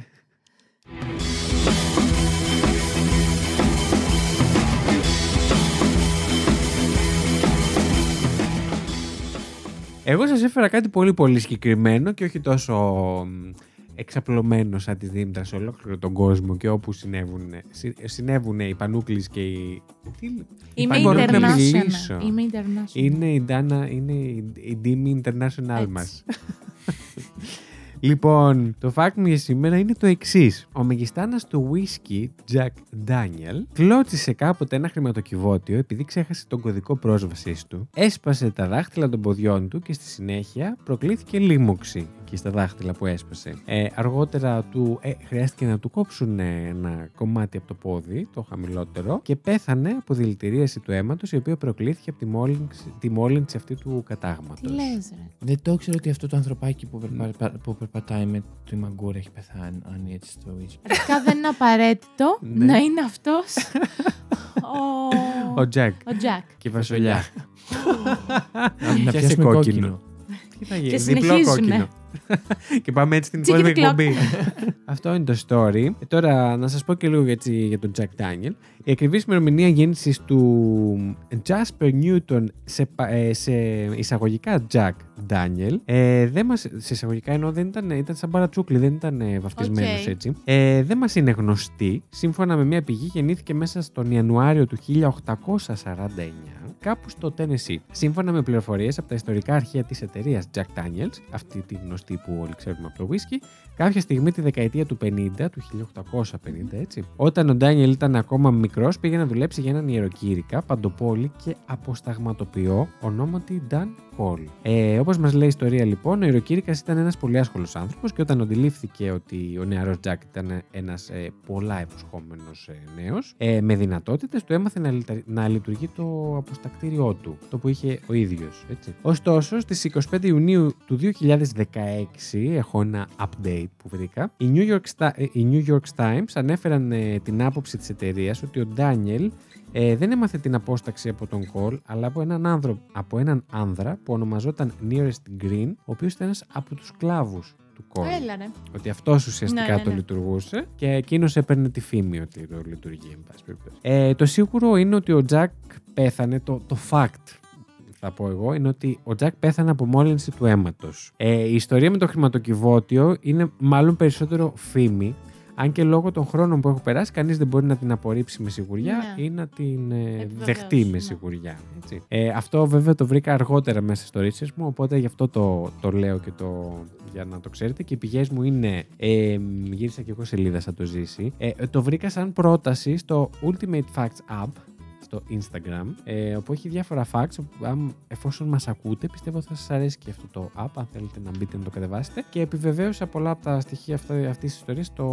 Speaker 1: Εγώ σας έφερα κάτι πολύ πολύ συγκεκριμένο και όχι τόσο μ, εξαπλωμένο σαν τη Δήμητρα σε ολόκληρο τον κόσμο και όπου συνέβουν, συ- συνέβουν οι πανούκλεις και οι... Τι λέ-
Speaker 2: Είμαι
Speaker 1: Υπάρχει- μπορώ να μιλήσω.
Speaker 2: international. Είμαι international.
Speaker 1: Είναι η Ντάνα, είναι η, η Ντίμη International
Speaker 2: Έτσι.
Speaker 1: μας. λοιπόν, το fact μου για σήμερα είναι το εξής. Ο μεγιστάνας του whisky, Jack Daniel, κλώτσισε κάποτε ένα χρηματοκιβώτιο επειδή ξέχασε τον κωδικό πρόσβασής του, έσπασε τα δάχτυλα των ποδιών του και στη συνέχεια προκλήθηκε λίμωξη και στα δάχτυλα που έσπασε. Ε, αργότερα του ε, χρειάστηκε να του κόψουν ε, ένα κομμάτι από το πόδι, το χαμηλότερο, και πέθανε από δηλητηρίαση του αίματος η οποία προκλήθηκε από τη μόλυνση, τη μόλυνση αυτή του κατάγματος.
Speaker 2: Τι λες, ρε.
Speaker 3: Δεν το ξέρω ότι αυτό το ανθρωπάκι που, περπα- που περπατάει με τη μαγκούρα έχει πεθάνει. Αν έτσι στο ίδιο.
Speaker 2: Αρχικά δεν είναι απαραίτητο
Speaker 1: Ναι.
Speaker 2: να είναι αυτός.
Speaker 1: Ο Jack.
Speaker 2: Ο Τζακ.
Speaker 1: Και η Βασολιά.
Speaker 3: Να
Speaker 1: Πιάσε
Speaker 3: πιάσουμε
Speaker 1: κόκκινο.
Speaker 3: κόκκινο.
Speaker 1: Τι θα γίνει,
Speaker 2: Και
Speaker 1: διπλό
Speaker 2: συνεχίζουνε.
Speaker 1: κόκκινο. και πάμε έτσι την
Speaker 2: Τσίκι
Speaker 1: υπόλοιπη
Speaker 2: τυκλάκ.
Speaker 1: εκπομπή. Αυτό είναι το story. Ε, Τώρα να σας πω και λίγο έτσι για τον Jack Daniel. Η ακριβής ημερομηνία γέννησης του Jasper Newton σε, πα- ε, σε εισαγωγικά Jack Daniel ε, δεν μας, σε εισαγωγικά ενώ δεν ήταν, ήταν σαν παρατσούκλι, δεν ήταν ε, βαφτισμένος
Speaker 2: Οκ.
Speaker 1: έτσι. Ε, δεν μας είναι γνωστή. Σύμφωνα με μια πηγή γεννήθηκε μέσα στον Ιανουάριο του 1849 κάπου στο Τένεσι. Σύμφωνα με πληροφορίες από τα ιστορικά αρχεία της εταιρείας Jack Daniels, αυτή τη γνωστή που όλοι ξέρουμε από το whisky, κάποια στιγμή τη δεκαετία του 50, του 1850, έτσι, όταν ο Ντάνιελ ήταν ακόμα μικρός, πήγε να δουλέψει για έναν ιεροκήρυκα, παντοπόλη και αποσταγματοποιό ονόματι Dan Cole. Ε, Όπως μας λέει η ιστορία λοιπόν, ο ιεροκήρυκας ήταν ένας πολύ άσχολος άνθρωπος και όταν αντιλήφθηκε ότι ο νεαρός Τζακ ήταν ένας ε, πολλά υποσχόμενο ε, νέος, ε, με δυνατότητες του έμαθε να, λιτα- να λειτουργεί το αποστακτήριό του, το που είχε ο ίδιος. Ωστόσο, στις 25 Ιουνίου του 2016, έχω ένα update που βρήκα, οι New York, Sta- ε, οι New York Times ανέφεραν ε, την άποψη της εταιρείας ότι ο Ντάνιελ ε, δεν έμαθε την απόσταξη από τον Κολ, αλλά από έναν, άνδρο, από έναν άνδρα που ονομαζόταν Nearest Green, ο οποίος ήταν ένας από τους σκλάβου του Κολ.
Speaker 2: Έλα ρε.
Speaker 1: Ότι αυτός ουσιαστικά
Speaker 2: Ναι, ναι,
Speaker 1: το
Speaker 2: ναι.
Speaker 1: λειτουργούσε και εκείνος έπαιρνε τη φήμη ότι το λειτουργεί, εν πάση περιπτώσει. Ε, το σίγουρο είναι ότι ο Τζακ πέθανε. Το, το fact θα πω εγώ είναι ότι ο Τζακ πέθανε από μόλυνση του αίματος. Ε, η ιστορία με το χρηματοκιβώτιο είναι μάλλον περισσότερο φήμη. Αν και λόγω των χρόνων που έχω περάσει, κανείς δεν μπορεί να την απορρίψει με σιγουριά
Speaker 2: Ναι.
Speaker 1: ή να την ε,
Speaker 2: Επιβεβαίωση,
Speaker 1: δεχτεί με
Speaker 2: ναι.
Speaker 1: σιγουριά. Έτσι. Ε, αυτό βέβαια το βρήκα αργότερα μέσα στο research μου, οπότε γι' αυτό το, το λέω και το, για να το ξέρετε. Και οι πηγές μου είναι. Ε, μ, γύρισα και εγώ σελίδα, θα το ζήσει. Ε, το βρήκα σαν πρόταση στο Ultimate Facts App στο Instagram, ε, όπου έχει διάφορα facts. όπου Αν, εφόσον μας ακούτε, πιστεύω θα σας αρέσει και αυτό το app. Αν θέλετε να μπείτε να το κατεβάσετε. Και επιβεβαίωσα πολλά από τα στοιχεία αυτής της ιστορίας στη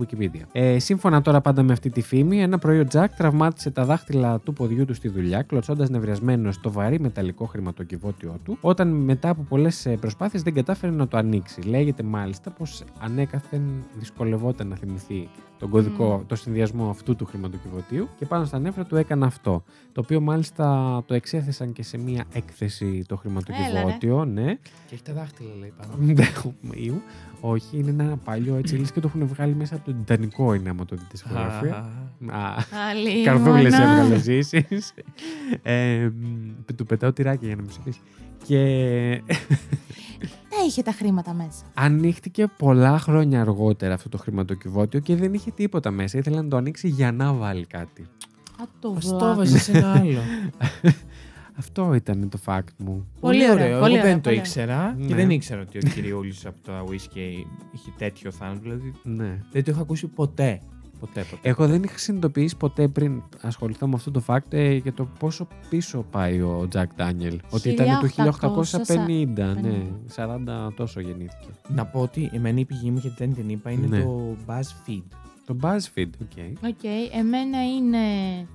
Speaker 1: Wikipedia. Ε, σύμφωνα τώρα πάντα με αυτή τη φήμη, ένα πρωί ο Τζακ τραυμάτισε τα δάχτυλα του ποδιού του στη δουλειά, κλωτσώντας νευριασμένο στο βαρύ μεταλλικό χρηματοκιβώτιό του, όταν μετά από πολλές προσπάθειες δεν κατάφερε να το ανοίξει. Λέγεται μάλιστα πως ανέκαθεν δυσκολευόταν να θυμηθεί τον κωδικό, το συνδυασμό αυτού του χρηματοκιβωτίου και πάνω στα νεύρα του έκανε αυτό. Το οποίο μάλιστα το εξέθεσαν και σε μία έκθεση το χρηματοκιβώτιο, ναι.
Speaker 3: Και έχει τα δάχτυλα, λέει πάνω.
Speaker 1: Δεν έχουμε ιού. Όχι, είναι ένα παλιό έτσι, λες και το έχουν βγάλει μέσα από το Τιτανικό είναι άμα το δείτε στη φωτογραφία. Α,
Speaker 2: Άλλη
Speaker 1: Καρδούλε
Speaker 2: μόνα.
Speaker 1: έβγαλες ζήσεις. Ε, μ, του πετάω τυράκια για να με ψηφίσει. Και
Speaker 2: Τα είχε τα χρήματα μέσα.
Speaker 1: ανοίχτηκε πολλά χρόνια αργότερα αυτό το χρηματοκιβώτιο και δεν είχε τίποτα μέσα. Ήθελε να το ανοίξει για να βάλει κάτι.
Speaker 2: Α, το
Speaker 3: Ας
Speaker 2: βλάκα.
Speaker 3: το βάζει σε ένα άλλο.
Speaker 1: Αυτό ήταν το fact μου.
Speaker 2: Πολύ ωραίο.
Speaker 3: Εγώ
Speaker 2: πολύ ωραίο,
Speaker 3: δεν το
Speaker 2: πολύ
Speaker 3: ήξερα
Speaker 1: Ναι.
Speaker 3: και δεν ήξερα ότι ο κυριούλη από τα Whiskey είχε τέτοιο θάνατο. Δηλαδή
Speaker 1: Ναι.
Speaker 3: δεν το είχα ακούσει ποτέ. Ποτέ, ποτέ.
Speaker 1: Εγώ δεν είχα συνειδητοποιήσει ποτέ πριν ασχοληθώ με αυτό το fact ε, για το πόσο πίσω πάει ο Jack Daniel. Ότι ήταν το 1850, ναι. 40 τόσο γεννήθηκε.
Speaker 3: Να πω ότι εμένα η πηγή μου, γιατί δεν την είπα, είναι
Speaker 1: Ναι.
Speaker 3: το BuzzFeed.
Speaker 1: Το BuzzFeed, okay.
Speaker 2: Οκ, εμένα είναι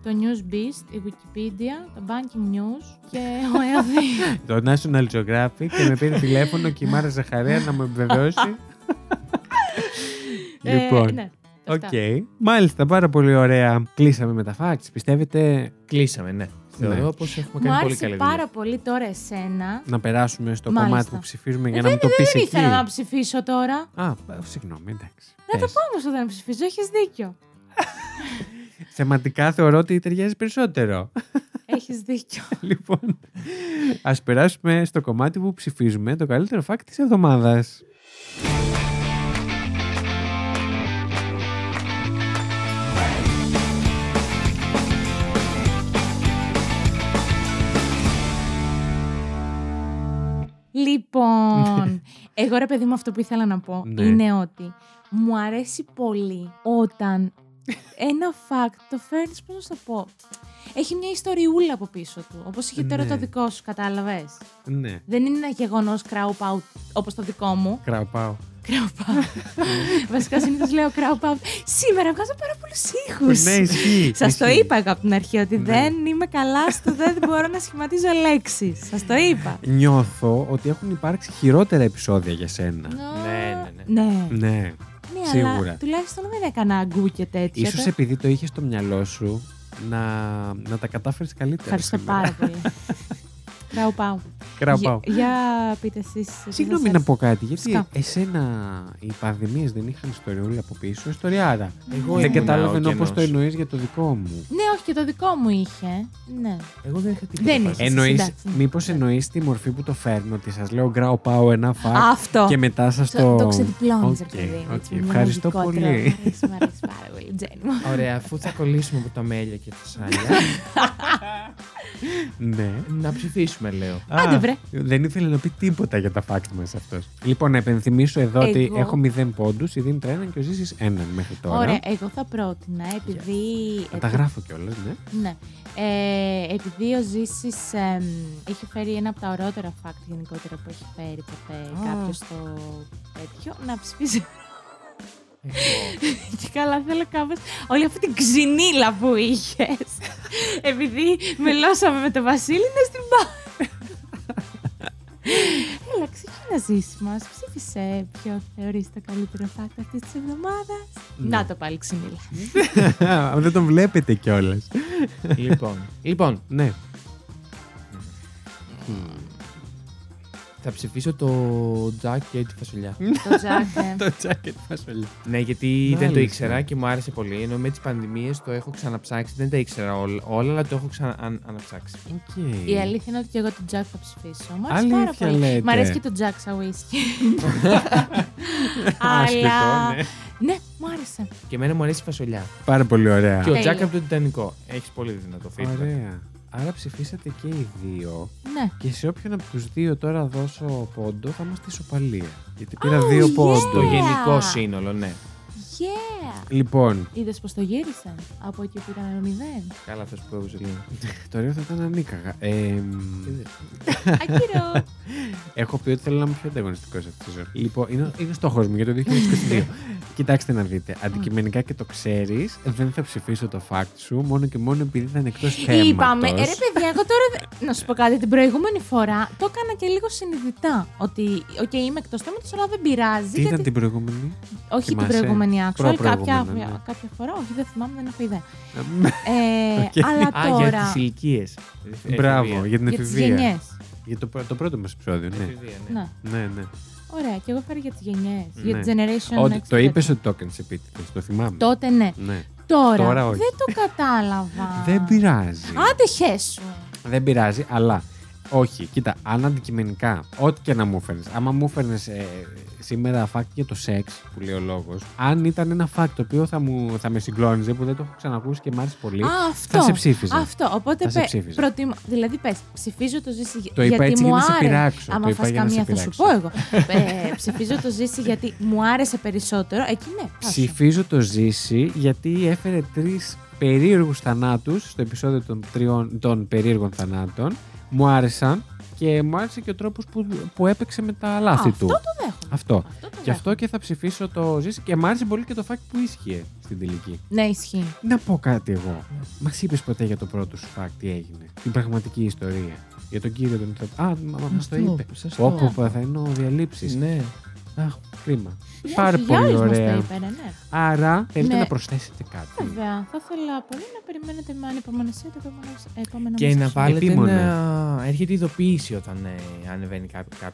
Speaker 2: το News Beast, η Wikipedia, το Banking News και ο ΕΑΔΗ.
Speaker 1: το National Geographic και με πήρε τηλέφωνο και η Μάρα Ζαχαρέα να μου επιβεβαιώσει.
Speaker 2: Ε,
Speaker 1: λοιπόν,
Speaker 2: ναι,
Speaker 1: οκ.
Speaker 2: αυτά.
Speaker 1: Μάλιστα, πάρα πολύ ωραία. Κλείσαμε με τα facts. Πιστεύετε
Speaker 3: Κλείσαμε, ναι. Θεωρώ
Speaker 1: Ναι.
Speaker 3: πως έχουμε
Speaker 2: Μου
Speaker 3: κάνει πολύ
Speaker 2: άρεσε
Speaker 3: καλή
Speaker 2: πάρα
Speaker 3: δουλειά.
Speaker 2: πολύ τώρα εσένα.
Speaker 1: να περάσουμε στο
Speaker 2: Μάλιστα.
Speaker 1: κομμάτι που ψηφίζουμε για
Speaker 2: Ε,
Speaker 1: να μην το πεις
Speaker 2: Δεν
Speaker 1: εκεί.
Speaker 2: ήθελα να ψηφίσω τώρα.
Speaker 1: Α, ε, συγγνώμη, εντάξει.
Speaker 2: Δεν το
Speaker 1: Πες.
Speaker 2: πάμε όταν ψηφίζω, έχεις δίκιο.
Speaker 1: Θεματικά θεωρώ ότι ταιριάζει περισσότερο.
Speaker 2: Έχεις δίκιο.
Speaker 1: λοιπόν, ας περάσουμε στο κομμάτι που ψηφίζουμε το καλύτερο fact της εβδομάδας.
Speaker 2: Λοιπόν, εγώ ρε παιδί μου αυτό που ήθελα να πω
Speaker 1: Ναι.
Speaker 2: είναι ότι μου αρέσει πολύ όταν ένα fact το φέρνεις, πώς να σου το πω. Έχει μια ιστοριούλα από πίσω του, όπως είχε τώρα
Speaker 1: Ναι.
Speaker 2: το δικό σου, κατάλαβες.
Speaker 1: Ναι.
Speaker 2: Δεν είναι ένα γεγονός crowd out όπως το δικό μου.
Speaker 1: Κραπάω.
Speaker 2: Crowd out. Βασικά συνήθως λέω crowd out. Σήμερα βγάζω πάρα πολλούς ήχους.
Speaker 1: Ναι, ισχύει.
Speaker 2: Σας το
Speaker 1: ισχύει.
Speaker 2: είπα εγώ από την αρχή ότι
Speaker 1: Ναι.
Speaker 2: δεν είμαι καλά στο δεν μπορώ να σχηματίζω λέξεις. Σας το είπα.
Speaker 1: Νιώθω ότι έχουν υπάρξει χειρότερα επεισόδια για σένα.
Speaker 3: Ναι, ναι, ναι.
Speaker 2: Ναι.
Speaker 1: Ναι.
Speaker 2: Ναι,
Speaker 1: Σίγουρα.
Speaker 2: αλλά τουλάχιστον δεν έκανα αγκού και τέτοια.
Speaker 1: Ίσως
Speaker 2: Το-
Speaker 1: επειδή το είχες στο μυαλό σου να, να τα κατάφερες καλύτερα.
Speaker 2: Ευχαριστώ
Speaker 1: σήμερα.
Speaker 2: πάρα πολύ. Κράου πάου.
Speaker 1: Κραπάω.
Speaker 2: Για, για πείτε εσείς.
Speaker 1: Συγγνώμη να πω κάτι, γιατί
Speaker 2: Φυσικά.
Speaker 1: εσένα οι πανδημίες δεν είχαν ιστοριούλα από πίσω, ιστοριάρα.
Speaker 3: Εγώ
Speaker 1: Δεν
Speaker 3: ήμουν ο
Speaker 1: κατάλαβα
Speaker 3: κενός.
Speaker 1: πώ το εννοείς για το δικό μου.
Speaker 2: Ναι, όχι και το δικό μου είχε. Ναι.
Speaker 3: Εγώ δεν είχα την
Speaker 2: Δεν είχες.
Speaker 1: Εννοείς,
Speaker 2: εντάξει.
Speaker 1: μήπως εννοείς τη μορφή που το φέρνω, ότι σας λέω γκράω πάω ένα φακ
Speaker 2: Αυτό.
Speaker 1: και μετά σας
Speaker 2: το
Speaker 1: το...
Speaker 2: το ξεδιπλώνεις,
Speaker 1: Οκ,
Speaker 2: ρε παιδί. μου,
Speaker 1: οκ,
Speaker 2: έτσι, με
Speaker 1: Ευχαριστώ
Speaker 2: μαγικό
Speaker 1: πολύ.
Speaker 2: τρόπο. Εσύ Μ' αρέσει πάρα πολύ, Τζένι μου.
Speaker 3: Ωραία, αφού θα κολλήσουμε από τα μέλια και τα σάλια.
Speaker 1: ναι.
Speaker 3: Να ψηφίσουμε, λέω.
Speaker 2: Άντε, βρε.
Speaker 1: Δεν ήθελε να πει τίποτα για τα fact μας αυτός. Λοιπόν, να υπενθυμίσω εδώ ότι
Speaker 2: Εγώ.
Speaker 1: έχω 0 πόντους, η Δήμητρα έναν και ο Ζήσης έναν μέχρι τώρα.
Speaker 2: Ωραία, εγώ θα πρότεινα, επειδή.
Speaker 1: Να τα
Speaker 2: επει-
Speaker 1: γράφω κιόλας, ναι.
Speaker 2: Ναι. Ε, επειδή ο Ζήσης εμ, έχει φέρει ένα από τα ωραιότερα fact γενικότερα που έχει φέρει ποτέ
Speaker 1: Α.
Speaker 2: κάποιος στο τέτοιο, να ψηφίζει. Και καλά θέλω κάπως όλη αυτή την ξυνήλα που είχες. επειδή μελώσαμε με τον Βασίλη, είναι στην μπάλα. Έλα, ξεκίνα ζήσει μας. Ψήφισε ποιο θεωρείς το καλύτερο fact αυτής της εβδομάδας.
Speaker 1: Ναι.
Speaker 2: Να το πάλι ξυνήλα.
Speaker 1: Δεν τον βλέπετε κιόλας.
Speaker 3: λοιπόν, λοιπόν,
Speaker 1: ναι.
Speaker 3: θα ψηφίσω το Jack και τη φασολιά.
Speaker 2: το Τζακ, ναι.
Speaker 1: Το τζάκετ φασολιά.
Speaker 3: ναι, γιατί δεν το
Speaker 1: Μάλιστα.
Speaker 3: ήξερα και μου άρεσε πολύ. Ενώ με τις πανδημίες το έχω ξαναψάξει. Δεν τα ήξερα όλα, όλα αλλά το έχω ξαναψάξει.
Speaker 2: Η αλήθεια είναι ότι και εγώ τον Τζακ θα ψηφίσω. Μ' αρέσει
Speaker 1: Αλήθεια
Speaker 2: πάρα πολύ.
Speaker 1: λέτε.
Speaker 2: Μ' αρέσει και το Τζακ σαν whisky. Αλλά.
Speaker 1: Άσχετο, ναι.
Speaker 2: Ναι, μου άρεσε.
Speaker 3: Και εμένα μου αρέσει η φασολιά.
Speaker 1: Πάρα πολύ ωραία.
Speaker 3: Και ο
Speaker 2: Τέλεια.
Speaker 3: Jack από το Τιτανικό. Έχεις πολύ δυνατό feedback.
Speaker 1: Ωραία. Άρα ψηφίσατε και οι δύο.
Speaker 2: Ναι.
Speaker 1: Και σε όποιον από τους δύο τώρα δώσω πόντο, θα είμαστε ισοπαλία. Γιατί πήρα
Speaker 2: Oh,
Speaker 1: δύο
Speaker 2: yeah.
Speaker 3: Το
Speaker 1: πόντου.
Speaker 3: γενικό σύνολο, ναι.
Speaker 2: Yeah!
Speaker 1: Λοιπόν,
Speaker 2: Είδες πως το γύρισαν. Από εκεί που ήταν μηδέν.
Speaker 3: Καλά, αυτό που έβγαζε λίγο.
Speaker 1: το ωραίο θα ήταν να νίκαγα. Ε,
Speaker 2: Ακυρώ.
Speaker 1: έχω πει ότι θέλω να είμαι πιο ανταγωνιστικός αυτή τη ζωή. Λοιπόν, είναι, είναι στόχος μου για το 2022. Κοιτάξτε να δείτε. Αντικειμενικά και το ξέρεις, δεν θα ψηφίσω το fact σου μόνο και μόνο επειδή ήταν εκτός θέματο.
Speaker 2: Είπαμε, Ε, ρε παιδιά, εγώ τώρα. δεν- Να σου πω κάτι, την προηγούμενη φορά το έκανα και λίγο συνειδητά. Ότι, οκ, είμαι εκτός θέματος, αλλά δεν πειράζει.
Speaker 1: Τι ήταν την προηγούμενη.
Speaker 2: Όχι την
Speaker 1: θυμάσαι?
Speaker 2: προηγούμενη άξονα, κάποια,
Speaker 1: Προπροηγούμενη, ναι.
Speaker 2: κάποια φορά. Όχι, δεν θυμάμαι, δεν έχω ιδέα.
Speaker 1: Αμ,
Speaker 2: Ε,
Speaker 1: Οκ.
Speaker 2: Αλλά
Speaker 3: Α, για
Speaker 2: τώρα.
Speaker 3: τις ηλικίες.
Speaker 1: Μπράβο, για την
Speaker 2: Για τις
Speaker 1: εφηβεία.
Speaker 2: γενιές.
Speaker 1: Για το, το πρώτο μας επεισόδιο, ναι.
Speaker 2: Ναι.
Speaker 1: Ναι, ναι.
Speaker 2: Ωραία, και εγώ φέρω για τις γενιές. Για
Speaker 1: Ναι.
Speaker 2: τη generation.
Speaker 1: Ότι
Speaker 2: X,
Speaker 1: το
Speaker 2: και
Speaker 1: είπες
Speaker 2: τέτοια.
Speaker 1: ότι το έκανες επίτηδες, το θυμάμαι.
Speaker 2: Τότε ναι.
Speaker 1: Ναι.
Speaker 2: Τώρα,
Speaker 1: Τώρα όχι.
Speaker 2: δεν το κατάλαβα.
Speaker 1: Δεν πειράζει.
Speaker 2: Άντε χέσου.
Speaker 1: Δεν πειράζει, αλλά όχι. Κοίτα, αν αντικειμενικά, ό,τι και να μου φέρνεις. Άμα μου φέρνει σήμερα fact για το σεξ, που λέει ο λόγος, αν ήταν ένα fact το οποίο θα, μου, θα με συγκλώνιζε, που δεν το έχω ξανακούσει και μ' άρεσε πολύ,
Speaker 2: Α, αυτό.
Speaker 1: θα σε ψήφιζα.
Speaker 2: Αυτό. Οπότε
Speaker 1: Θα σε
Speaker 2: πε-
Speaker 1: ψήφιζα.
Speaker 2: προτιμώ. Δηλαδή πες, ψηφίζω το ζήσει
Speaker 1: Το
Speaker 2: γιατί
Speaker 1: είπα έτσι
Speaker 2: μου
Speaker 1: για να σε
Speaker 2: άρεσε.
Speaker 1: πειράξω. το
Speaker 2: Άμα
Speaker 1: είπα
Speaker 2: φας
Speaker 1: για να σε
Speaker 2: καμία θα
Speaker 1: πειράξω.
Speaker 2: σου πω εγώ. ε, ψηφίζω το ζήσει γιατί μου άρεσε περισσότερο. Εκεί ναι. πάσε.
Speaker 1: Ψηφίζω το Ζήση γιατί έφερε τρεις περίεργους θανάτους στο επεισόδιο των, τριών, των περίεργων θανάτων. Μου άρεσαν και μου άρεσε και ο τρόπος που, που έπαιξε με τα
Speaker 2: Α,
Speaker 1: λάθη
Speaker 2: Αυτό
Speaker 1: του.
Speaker 2: το δέχομαι.
Speaker 1: Αυτό.
Speaker 2: Αυτό το
Speaker 1: Γι' αυτό
Speaker 2: δέχομαι.
Speaker 1: και θα ψηφίσω το Ζήση και μ' άρεσε πολύ και το fact που ίσχυε στην τελική.
Speaker 2: Ναι, ισχύει.
Speaker 1: Να πω κάτι εγώ. Μας είπες ποτέ για το πρώτο σου fact τι έγινε. Την πραγματική ιστορία. Για τον κύριο τον ηθοποιό. Α, μα μας το είπε. Όπου θα είναι ο διαλήψει.
Speaker 3: Ναι.
Speaker 1: Αχ, κρίμα. Πάρα
Speaker 2: Όχι, για
Speaker 1: πολύ
Speaker 2: όλους μας το
Speaker 1: ωραία.
Speaker 2: είπε, ρε, ναι.
Speaker 1: Άρα θέλετε
Speaker 2: Ναι.
Speaker 1: να προσθέσετε κάτι.
Speaker 2: Βέβαια, θα ήθελα πολύ να περιμένετε με ανυπομονησία το επόμενο, επόμενο
Speaker 3: Και
Speaker 2: μας
Speaker 3: να
Speaker 2: επεισόδιο.
Speaker 3: βάλετε
Speaker 1: Επίμονα.
Speaker 3: να έρχεται ειδοποίηση όταν ε, ανεβαίνει κάποιο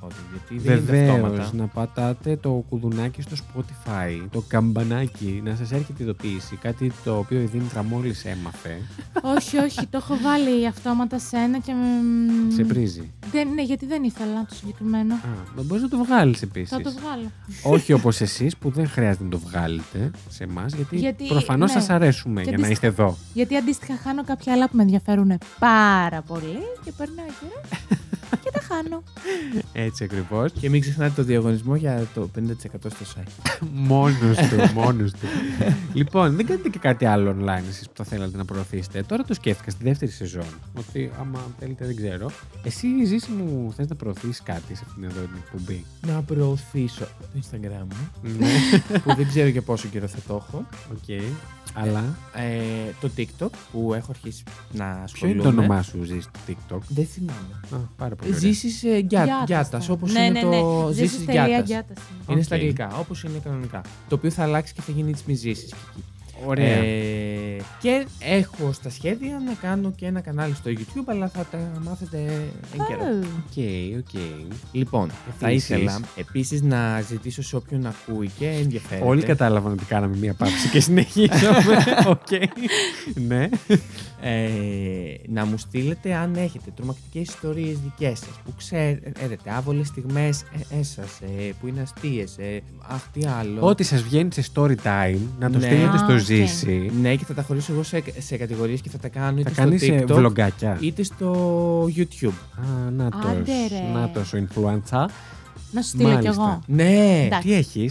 Speaker 3: ότι Γιατί δεν γίνεται
Speaker 1: Βεβαίως,
Speaker 3: αυτόματα.
Speaker 1: να πατάτε το κουδουνάκι στο Spotify, το καμπανάκι, να σας έρχεται ειδοποίηση. Κάτι το οποίο η Δήμητρα μόλις έμαθε.
Speaker 2: όχι, όχι, το έχω βάλει αυτόματα σε ένα και. μ,
Speaker 1: Σε πρίζει.
Speaker 2: Δεν, ναι, γιατί δεν ήθελα το συγκεκριμένο.
Speaker 1: Α, μπορείς να το βγάλεις επίσης.
Speaker 2: Θα το βγάλω.
Speaker 1: Όχι όπως εσείς που δεν χρειάζεται να το βγάλετε σε εμάς, γιατί,
Speaker 2: Γιατί,
Speaker 1: προφανώς
Speaker 2: ναι.
Speaker 1: σας σα αρέσουμε
Speaker 2: Και
Speaker 1: για να
Speaker 2: αντίστοιχα-
Speaker 1: είστε εδώ.
Speaker 2: Γιατί αντίστοιχα χάνω κάποια άλλα που με ενδιαφέρουν πάρα πολύ και περνάει καιρό και τα χάνω.
Speaker 1: Έτσι ακριβώς.
Speaker 3: Και μην ξεχνάτε το διαγωνισμό για το 50% στο site.
Speaker 1: Μόνος του, μόνος του. λοιπόν, δεν κάνετε και κάτι άλλο online εσείς που θα θέλατε να προωθήσετε. Τώρα το σκέφτηκα στη δεύτερη σεζόν. Ότι άμα θέλετε, δεν ξέρω. Εσύ, Ζήση μου, θες να προωθήσεις κάτι σε αυτήν εδώ την εκπομπή.
Speaker 3: Να προωθήσω το Instagram μου,
Speaker 1: ναι,
Speaker 3: που δεν ξέρω για πόσο καιρό θα το έχω.
Speaker 1: οκ. Αλλά.
Speaker 3: Ε, το TikTok που έχω αρχίσει να
Speaker 1: Ποιο είναι
Speaker 3: ασχολούμαι.
Speaker 1: το όνομά σου, Ζήση, στο TikTok.
Speaker 3: Δεν θυμάμαι.
Speaker 1: Α, πάρα πολύ. Ωραία.
Speaker 3: Ζήσεις ε, Γκιάτα,
Speaker 2: Γιάτας,
Speaker 3: όπω
Speaker 2: ναι,
Speaker 3: είναι
Speaker 2: ναι,
Speaker 3: το
Speaker 2: ναι.
Speaker 3: Ζήσεις
Speaker 2: Ζήσεις τελεία
Speaker 3: Γκιάτα.
Speaker 2: Γιάτας είναι.
Speaker 3: Είναι
Speaker 1: Οκ.
Speaker 3: στα αγγλικά, όπως είναι κανονικά. Το οποίο θα αλλάξει και θα γίνει τη μιζήσει.
Speaker 1: Ωραία.
Speaker 3: Ε, και έχω στα σχέδια να κάνω και ένα κανάλι στο YouTube, αλλά θα τα μάθετε εν καιρό.
Speaker 2: Ω,
Speaker 1: Οκ, οκ.
Speaker 3: Λοιπόν, θα
Speaker 1: Επίσης.
Speaker 3: ήθελα επίσης να ζητήσω σε όποιον ακούει και ενδιαφέρεται.
Speaker 1: Όλοι κατάλαβαν ότι κάναμε μία πάυση και συνεχίζουμε. Οκ. Ναι.
Speaker 3: ε, να μου στείλετε αν έχετε τρομακτικές ιστορίες δικές σας που ξέρετε, άβολες στιγμές ε, ε, σας, ε, που είναι αστείες, ε, αχ τι άλλο.
Speaker 1: Ό,τι σας βγαίνει σε story time, να το
Speaker 3: Ναι.
Speaker 1: στείλετε
Speaker 2: Α.
Speaker 1: στο ζήσει.
Speaker 3: Ναι, και θα τα χωρίσω εγώ σε, σε κατηγορίες και θα τα κάνω
Speaker 1: Θα ε,
Speaker 3: είτε
Speaker 1: κάνει
Speaker 3: στο TikTok
Speaker 1: βλογκάκια.
Speaker 3: είτε στο YouTube.
Speaker 1: Α, να το.
Speaker 2: Άντε ρε.
Speaker 1: Να το σου influenza.
Speaker 2: Να σου στείλω κι
Speaker 1: Μάλιστα.
Speaker 2: εγώ.
Speaker 3: Ναι!
Speaker 2: Εντάξει.
Speaker 1: Τι έχεις.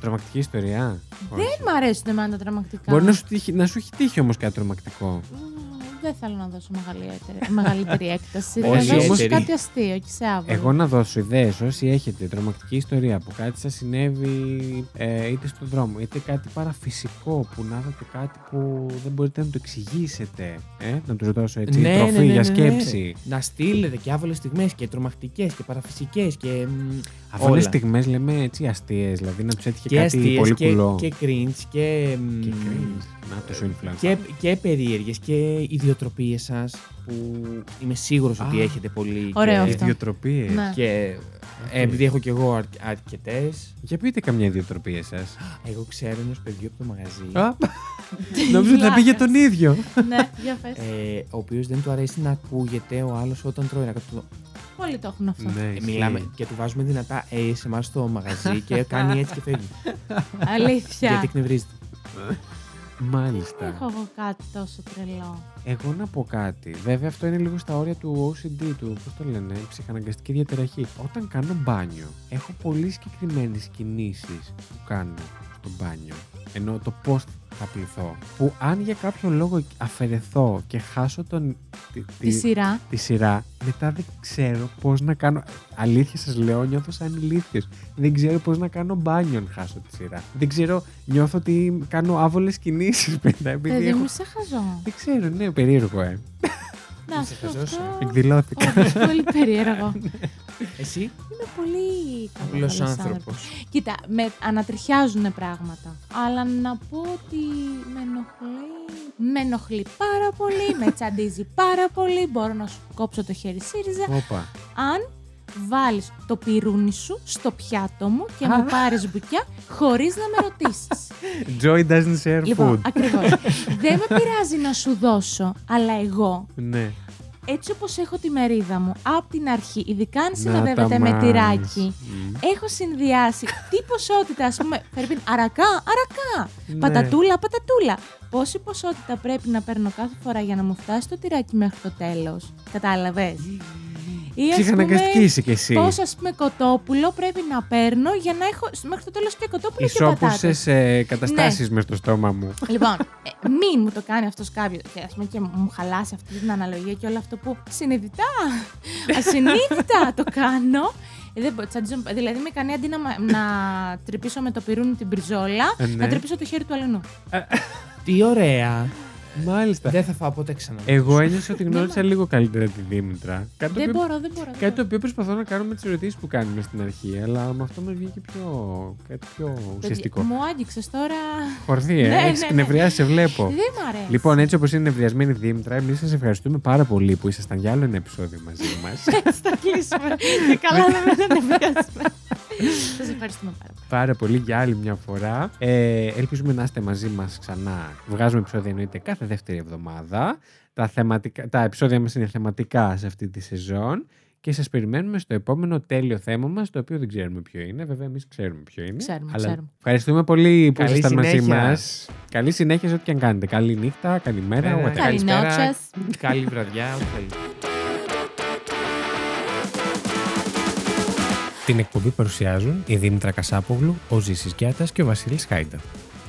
Speaker 1: Τρομακτική ιστορία.
Speaker 2: Δεν μ' αρέσουν εμένα τα τρομακτικά.
Speaker 1: Μπορεί να σου, τύχει, να σου έχει τύχει όμως κάτι τρομακτικό.
Speaker 2: Μμμ, Δεν θέλω να δώσω μεγαλύτερη, μεγαλύτερη έκταση. Θα
Speaker 3: Όχι,
Speaker 2: δώσω
Speaker 3: όμως-
Speaker 2: κάτι αστείο και σε αύριο.
Speaker 1: Εγώ να δώσω ιδέες. Όσοι έχετε τρομακτική ιστορία που κάτι σας συνέβη ε, είτε στον δρόμο είτε κάτι παραφυσικό που να είδατε κάτι που δεν μπορείτε να το εξηγήσετε. Ε, να τους δώσω έτσι
Speaker 3: Ναι,
Speaker 1: τροφή
Speaker 3: ναι, ναι, ναι,
Speaker 1: για
Speaker 3: ναι.
Speaker 1: σκέψη.
Speaker 3: Να στείλετε και άβολες στιγμές και τρομακτικές και παραφυσικές και. μ,
Speaker 1: Αυτέ
Speaker 3: όλα.
Speaker 1: στιγμές λέμε έτσι αστείες, δηλαδή να τους έτυχε
Speaker 3: και
Speaker 1: κάτι πολύ
Speaker 3: αστείε και,
Speaker 1: κουλό.
Speaker 3: και cringe και. μ,
Speaker 1: Και cringe. Να το σου Ε, influencer.
Speaker 3: και, και περίεργες και ιδιοτροπίε σα που είμαι σίγουρος ότι
Speaker 1: Α,
Speaker 3: έχετε πολύ.
Speaker 2: ωραίο
Speaker 3: και,
Speaker 2: αυτό.
Speaker 1: Ιδιοτροπίε.
Speaker 2: Ναι.
Speaker 3: και ε, επειδή έχω κι εγώ αρ- αρκετές,
Speaker 1: Για πείτε καμιά ιδιοτροπία σα.
Speaker 3: εγώ ξέρω ενός παιδιού από το μαγαζί.
Speaker 1: Νομίζω ότι θα πήγε
Speaker 2: Πλάκα.
Speaker 1: τον ίδιο.
Speaker 2: Ναι, για πες.
Speaker 3: Ε, ο οποίος δεν του αρέσει να ακούγεται ο άλλος όταν τρώει. Να κάτω το-
Speaker 2: Όλοι το έχουν αυτό.
Speaker 1: ναι,
Speaker 3: Ε, μιλάμε και του βάζουμε δυνατά ASMR στο μαγαζί και κάνει έτσι και φεύγει.
Speaker 2: Αλήθεια.
Speaker 3: γιατί εκνευρίζεται.
Speaker 2: Δεν έχω
Speaker 1: Μάλιστα.
Speaker 2: εγώ κάτι τόσο τρελό.
Speaker 1: Εγώ να πω κάτι. Βέβαια, αυτό είναι λίγο στα όρια του OCD, του πώς το λένε, ψυχαναγκαστική διαταραχή. Όταν κάνω μπάνιο, έχω πολύ συγκεκριμένες κινήσεις που κάνω στο μπάνιο. Ενώ το πώς θα πληθώ. Που αν για κάποιο λόγο αφαιρεθώ και χάσω τον, τη,
Speaker 2: Τη
Speaker 1: τη-
Speaker 2: σειρά.
Speaker 1: τη σειρά, μετά δεν ξέρω πώς να κάνω. Αλήθεια σας λέω, νιώθω σαν ηλίθιος. Δεν ξέρω πώς να κάνω μπάνιο αν χάσω τη σειρά. Δεν ξέρω, νιώθω ότι κάνω άβολες κινήσεις μετά. Επειδή
Speaker 2: Παιδί
Speaker 1: έχω...
Speaker 2: μου, σε χαζό.
Speaker 1: Δεν ξέρω, ναι, περίεργο, ε.
Speaker 2: Να
Speaker 3: σε
Speaker 2: σου πω
Speaker 3: χαζός,
Speaker 2: αυτό.
Speaker 1: Εκδηλώθηκα.
Speaker 2: Όντως, πολύ περίεργο.
Speaker 3: Εσύ,
Speaker 2: Είμαι πολύ καλός
Speaker 3: απλός άνθρωπος.
Speaker 2: άνθρωπος. Κοίτα, με ανατριχιάζουν πράγματα. Αλλά να πω ότι με ενοχλεί. Με ενοχλεί πάρα πολύ, με τσαντίζει πάρα πολύ. Μπορώ να σου κόψω το χέρι ΣΥΡΙΖΑ.
Speaker 1: Όπα.
Speaker 2: Αν βάλεις το πυρούνι σου στο πιάτο μου και
Speaker 1: Α.
Speaker 2: μου πάρεις μπουκιά χωρίς να με ρωτήσεις.
Speaker 1: Joy doesn't share food.
Speaker 2: λοιπόν, ακριβώς. Δεν με πειράζει να σου δώσω, αλλά εγώ
Speaker 1: Ναι.
Speaker 2: έτσι όπως έχω τη μερίδα μου, από την αρχή, ειδικά αν
Speaker 1: Να τα
Speaker 2: συνοδεύεται με
Speaker 1: μάς.
Speaker 2: τυράκι,
Speaker 1: Μμμ.
Speaker 2: έχω συνδυάσει τι ποσότητα, ας πούμε, φερπίν, αρακά, αρακά,
Speaker 1: Ναι.
Speaker 2: πατατούλα, πατατούλα. Πόση ποσότητα πρέπει να παίρνω κάθε φορά για να μου φτάσει το τυράκι μέχρι το τέλος. Κατάλαβες. Ή, ας
Speaker 1: Ψυχαναγκαστική
Speaker 2: πούμε,
Speaker 1: είσαι κι εσύ.
Speaker 2: Πόσο, ας πούμε, κοτόπουλο πρέπει να παίρνω για να έχω μέχρι το τέλος και κοτόπουλο και πατάτες. Ναι.
Speaker 1: Ισόπουσε ε, καταστάσεις μες στο στόμα μου.
Speaker 2: Λοιπόν, ε, μην μου το κάνει αυτός κάποιος. Και, ας πούμε, και μου χαλάσει αυτή την αναλογία και όλο αυτό που συνειδητά, ασυνείδητα το κάνω. Ε, δεν μπο- τσαντίζομαι, δηλαδή, με κάνει αντί να, μα- να τρυπήσω με το πυρούνι την μπριζόλα,
Speaker 1: Ε, ναι.
Speaker 2: να τρυπήσω το χέρι του αλλού.
Speaker 3: Τι ωραία.
Speaker 1: Μάλιστα.
Speaker 3: Δεν θα φάω ποτέ ξανά.
Speaker 1: Εγώ ένιωσα ότι
Speaker 2: Ναι,
Speaker 1: γνώρισα
Speaker 2: μα.
Speaker 1: λίγο καλύτερα τη Δήμητρα. Κάτι το
Speaker 2: Δεν
Speaker 1: οποίο-
Speaker 2: μπορώ, δεν μπορώ. δεν
Speaker 1: Κάτι το
Speaker 2: μπορώ.
Speaker 1: οποίο προσπαθώ να κάνω με τις ερωτήσεις που κάνουμε στην αρχή, αλλά με αυτό με βγήκε πιο, κάτι πιο
Speaker 2: Παιδιά,
Speaker 1: ουσιαστικό.
Speaker 2: Δηλαδή, Μου άγγιξες τώρα.
Speaker 1: Χορδί, ε,
Speaker 2: Ναι,
Speaker 1: έχει
Speaker 2: ναι, ναι.
Speaker 1: εκνευριάσει, σε βλέπω.
Speaker 2: Δεν μ' αρέσει.
Speaker 1: Λοιπόν, έτσι όπως είναι νευριασμένη η Δήμητρα, εμείς σας ευχαριστούμε πάρα πολύ που ήσασταν για άλλο ένα επεισόδιο μαζί μας.
Speaker 2: θα κλείσουμε. Και καλά να μην ανεβιάσουμε. Σας ευχαριστούμε πάρα πολύ.
Speaker 1: πάρα πολύ για άλλη μια φορά. Ε, ελπίζουμε να είστε μαζί μας ξανά. Βγάζουμε επεισόδια εννοείται κάθε δεύτερη εβδομάδα. Τα, θεματικά, τα επεισόδια μας είναι θεματικά σε αυτή τη σεζόν. Και σας περιμένουμε στο επόμενο τέλειο θέμα μας, το οποίο δεν ξέρουμε ποιο είναι. Βέβαια, εμείς ξέρουμε ποιο είναι.
Speaker 2: Ξέρουμε, ξέρουμε.
Speaker 1: Ευχαριστούμε πολύ που
Speaker 3: Καλή
Speaker 1: ήσασταν μαζί
Speaker 3: συνέχεια.
Speaker 1: μας. Καλή συνέχεια σε ό,τι και αν κάνετε. Καλή νύχτα, καλημέρα,
Speaker 3: Μέρα,
Speaker 1: whatever.
Speaker 2: Καλή
Speaker 3: καλησπέρα,
Speaker 2: νότσες.
Speaker 3: Καλή βραδιά, ό,τι θέλετε.
Speaker 4: Την εκπομπή παρουσιάζουν η Δήμητρα Κασάπογλου, ο Ζήσης Γιάτας και ο Βασίλης Χάιντα.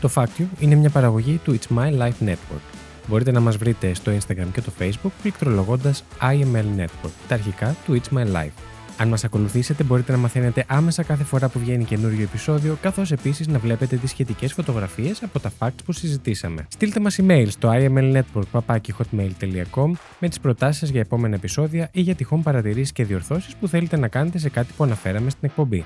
Speaker 4: Το Fact You είναι μια παραγωγή του It's My Life Network. Μπορείτε να μας βρείτε στο Instagram και το Facebook πληκτρολογώντας IML Network, τα αρχικά του It's My Life. Αν μας ακολουθήσετε μπορείτε να μαθαίνετε άμεσα κάθε φορά που βγαίνει καινούριο επεισόδιο, καθώς επίσης να βλέπετε τις σχετικές φωτογραφίες από τα facts που συζητήσαμε. Στείλτε μας email στο imlnetwork.hotmail.com με τις προτάσεις σας για επόμενα επεισόδια ή για τυχόν παρατηρήσεις και διορθώσεις που θέλετε να κάνετε σε κάτι που αναφέραμε στην εκπομπή.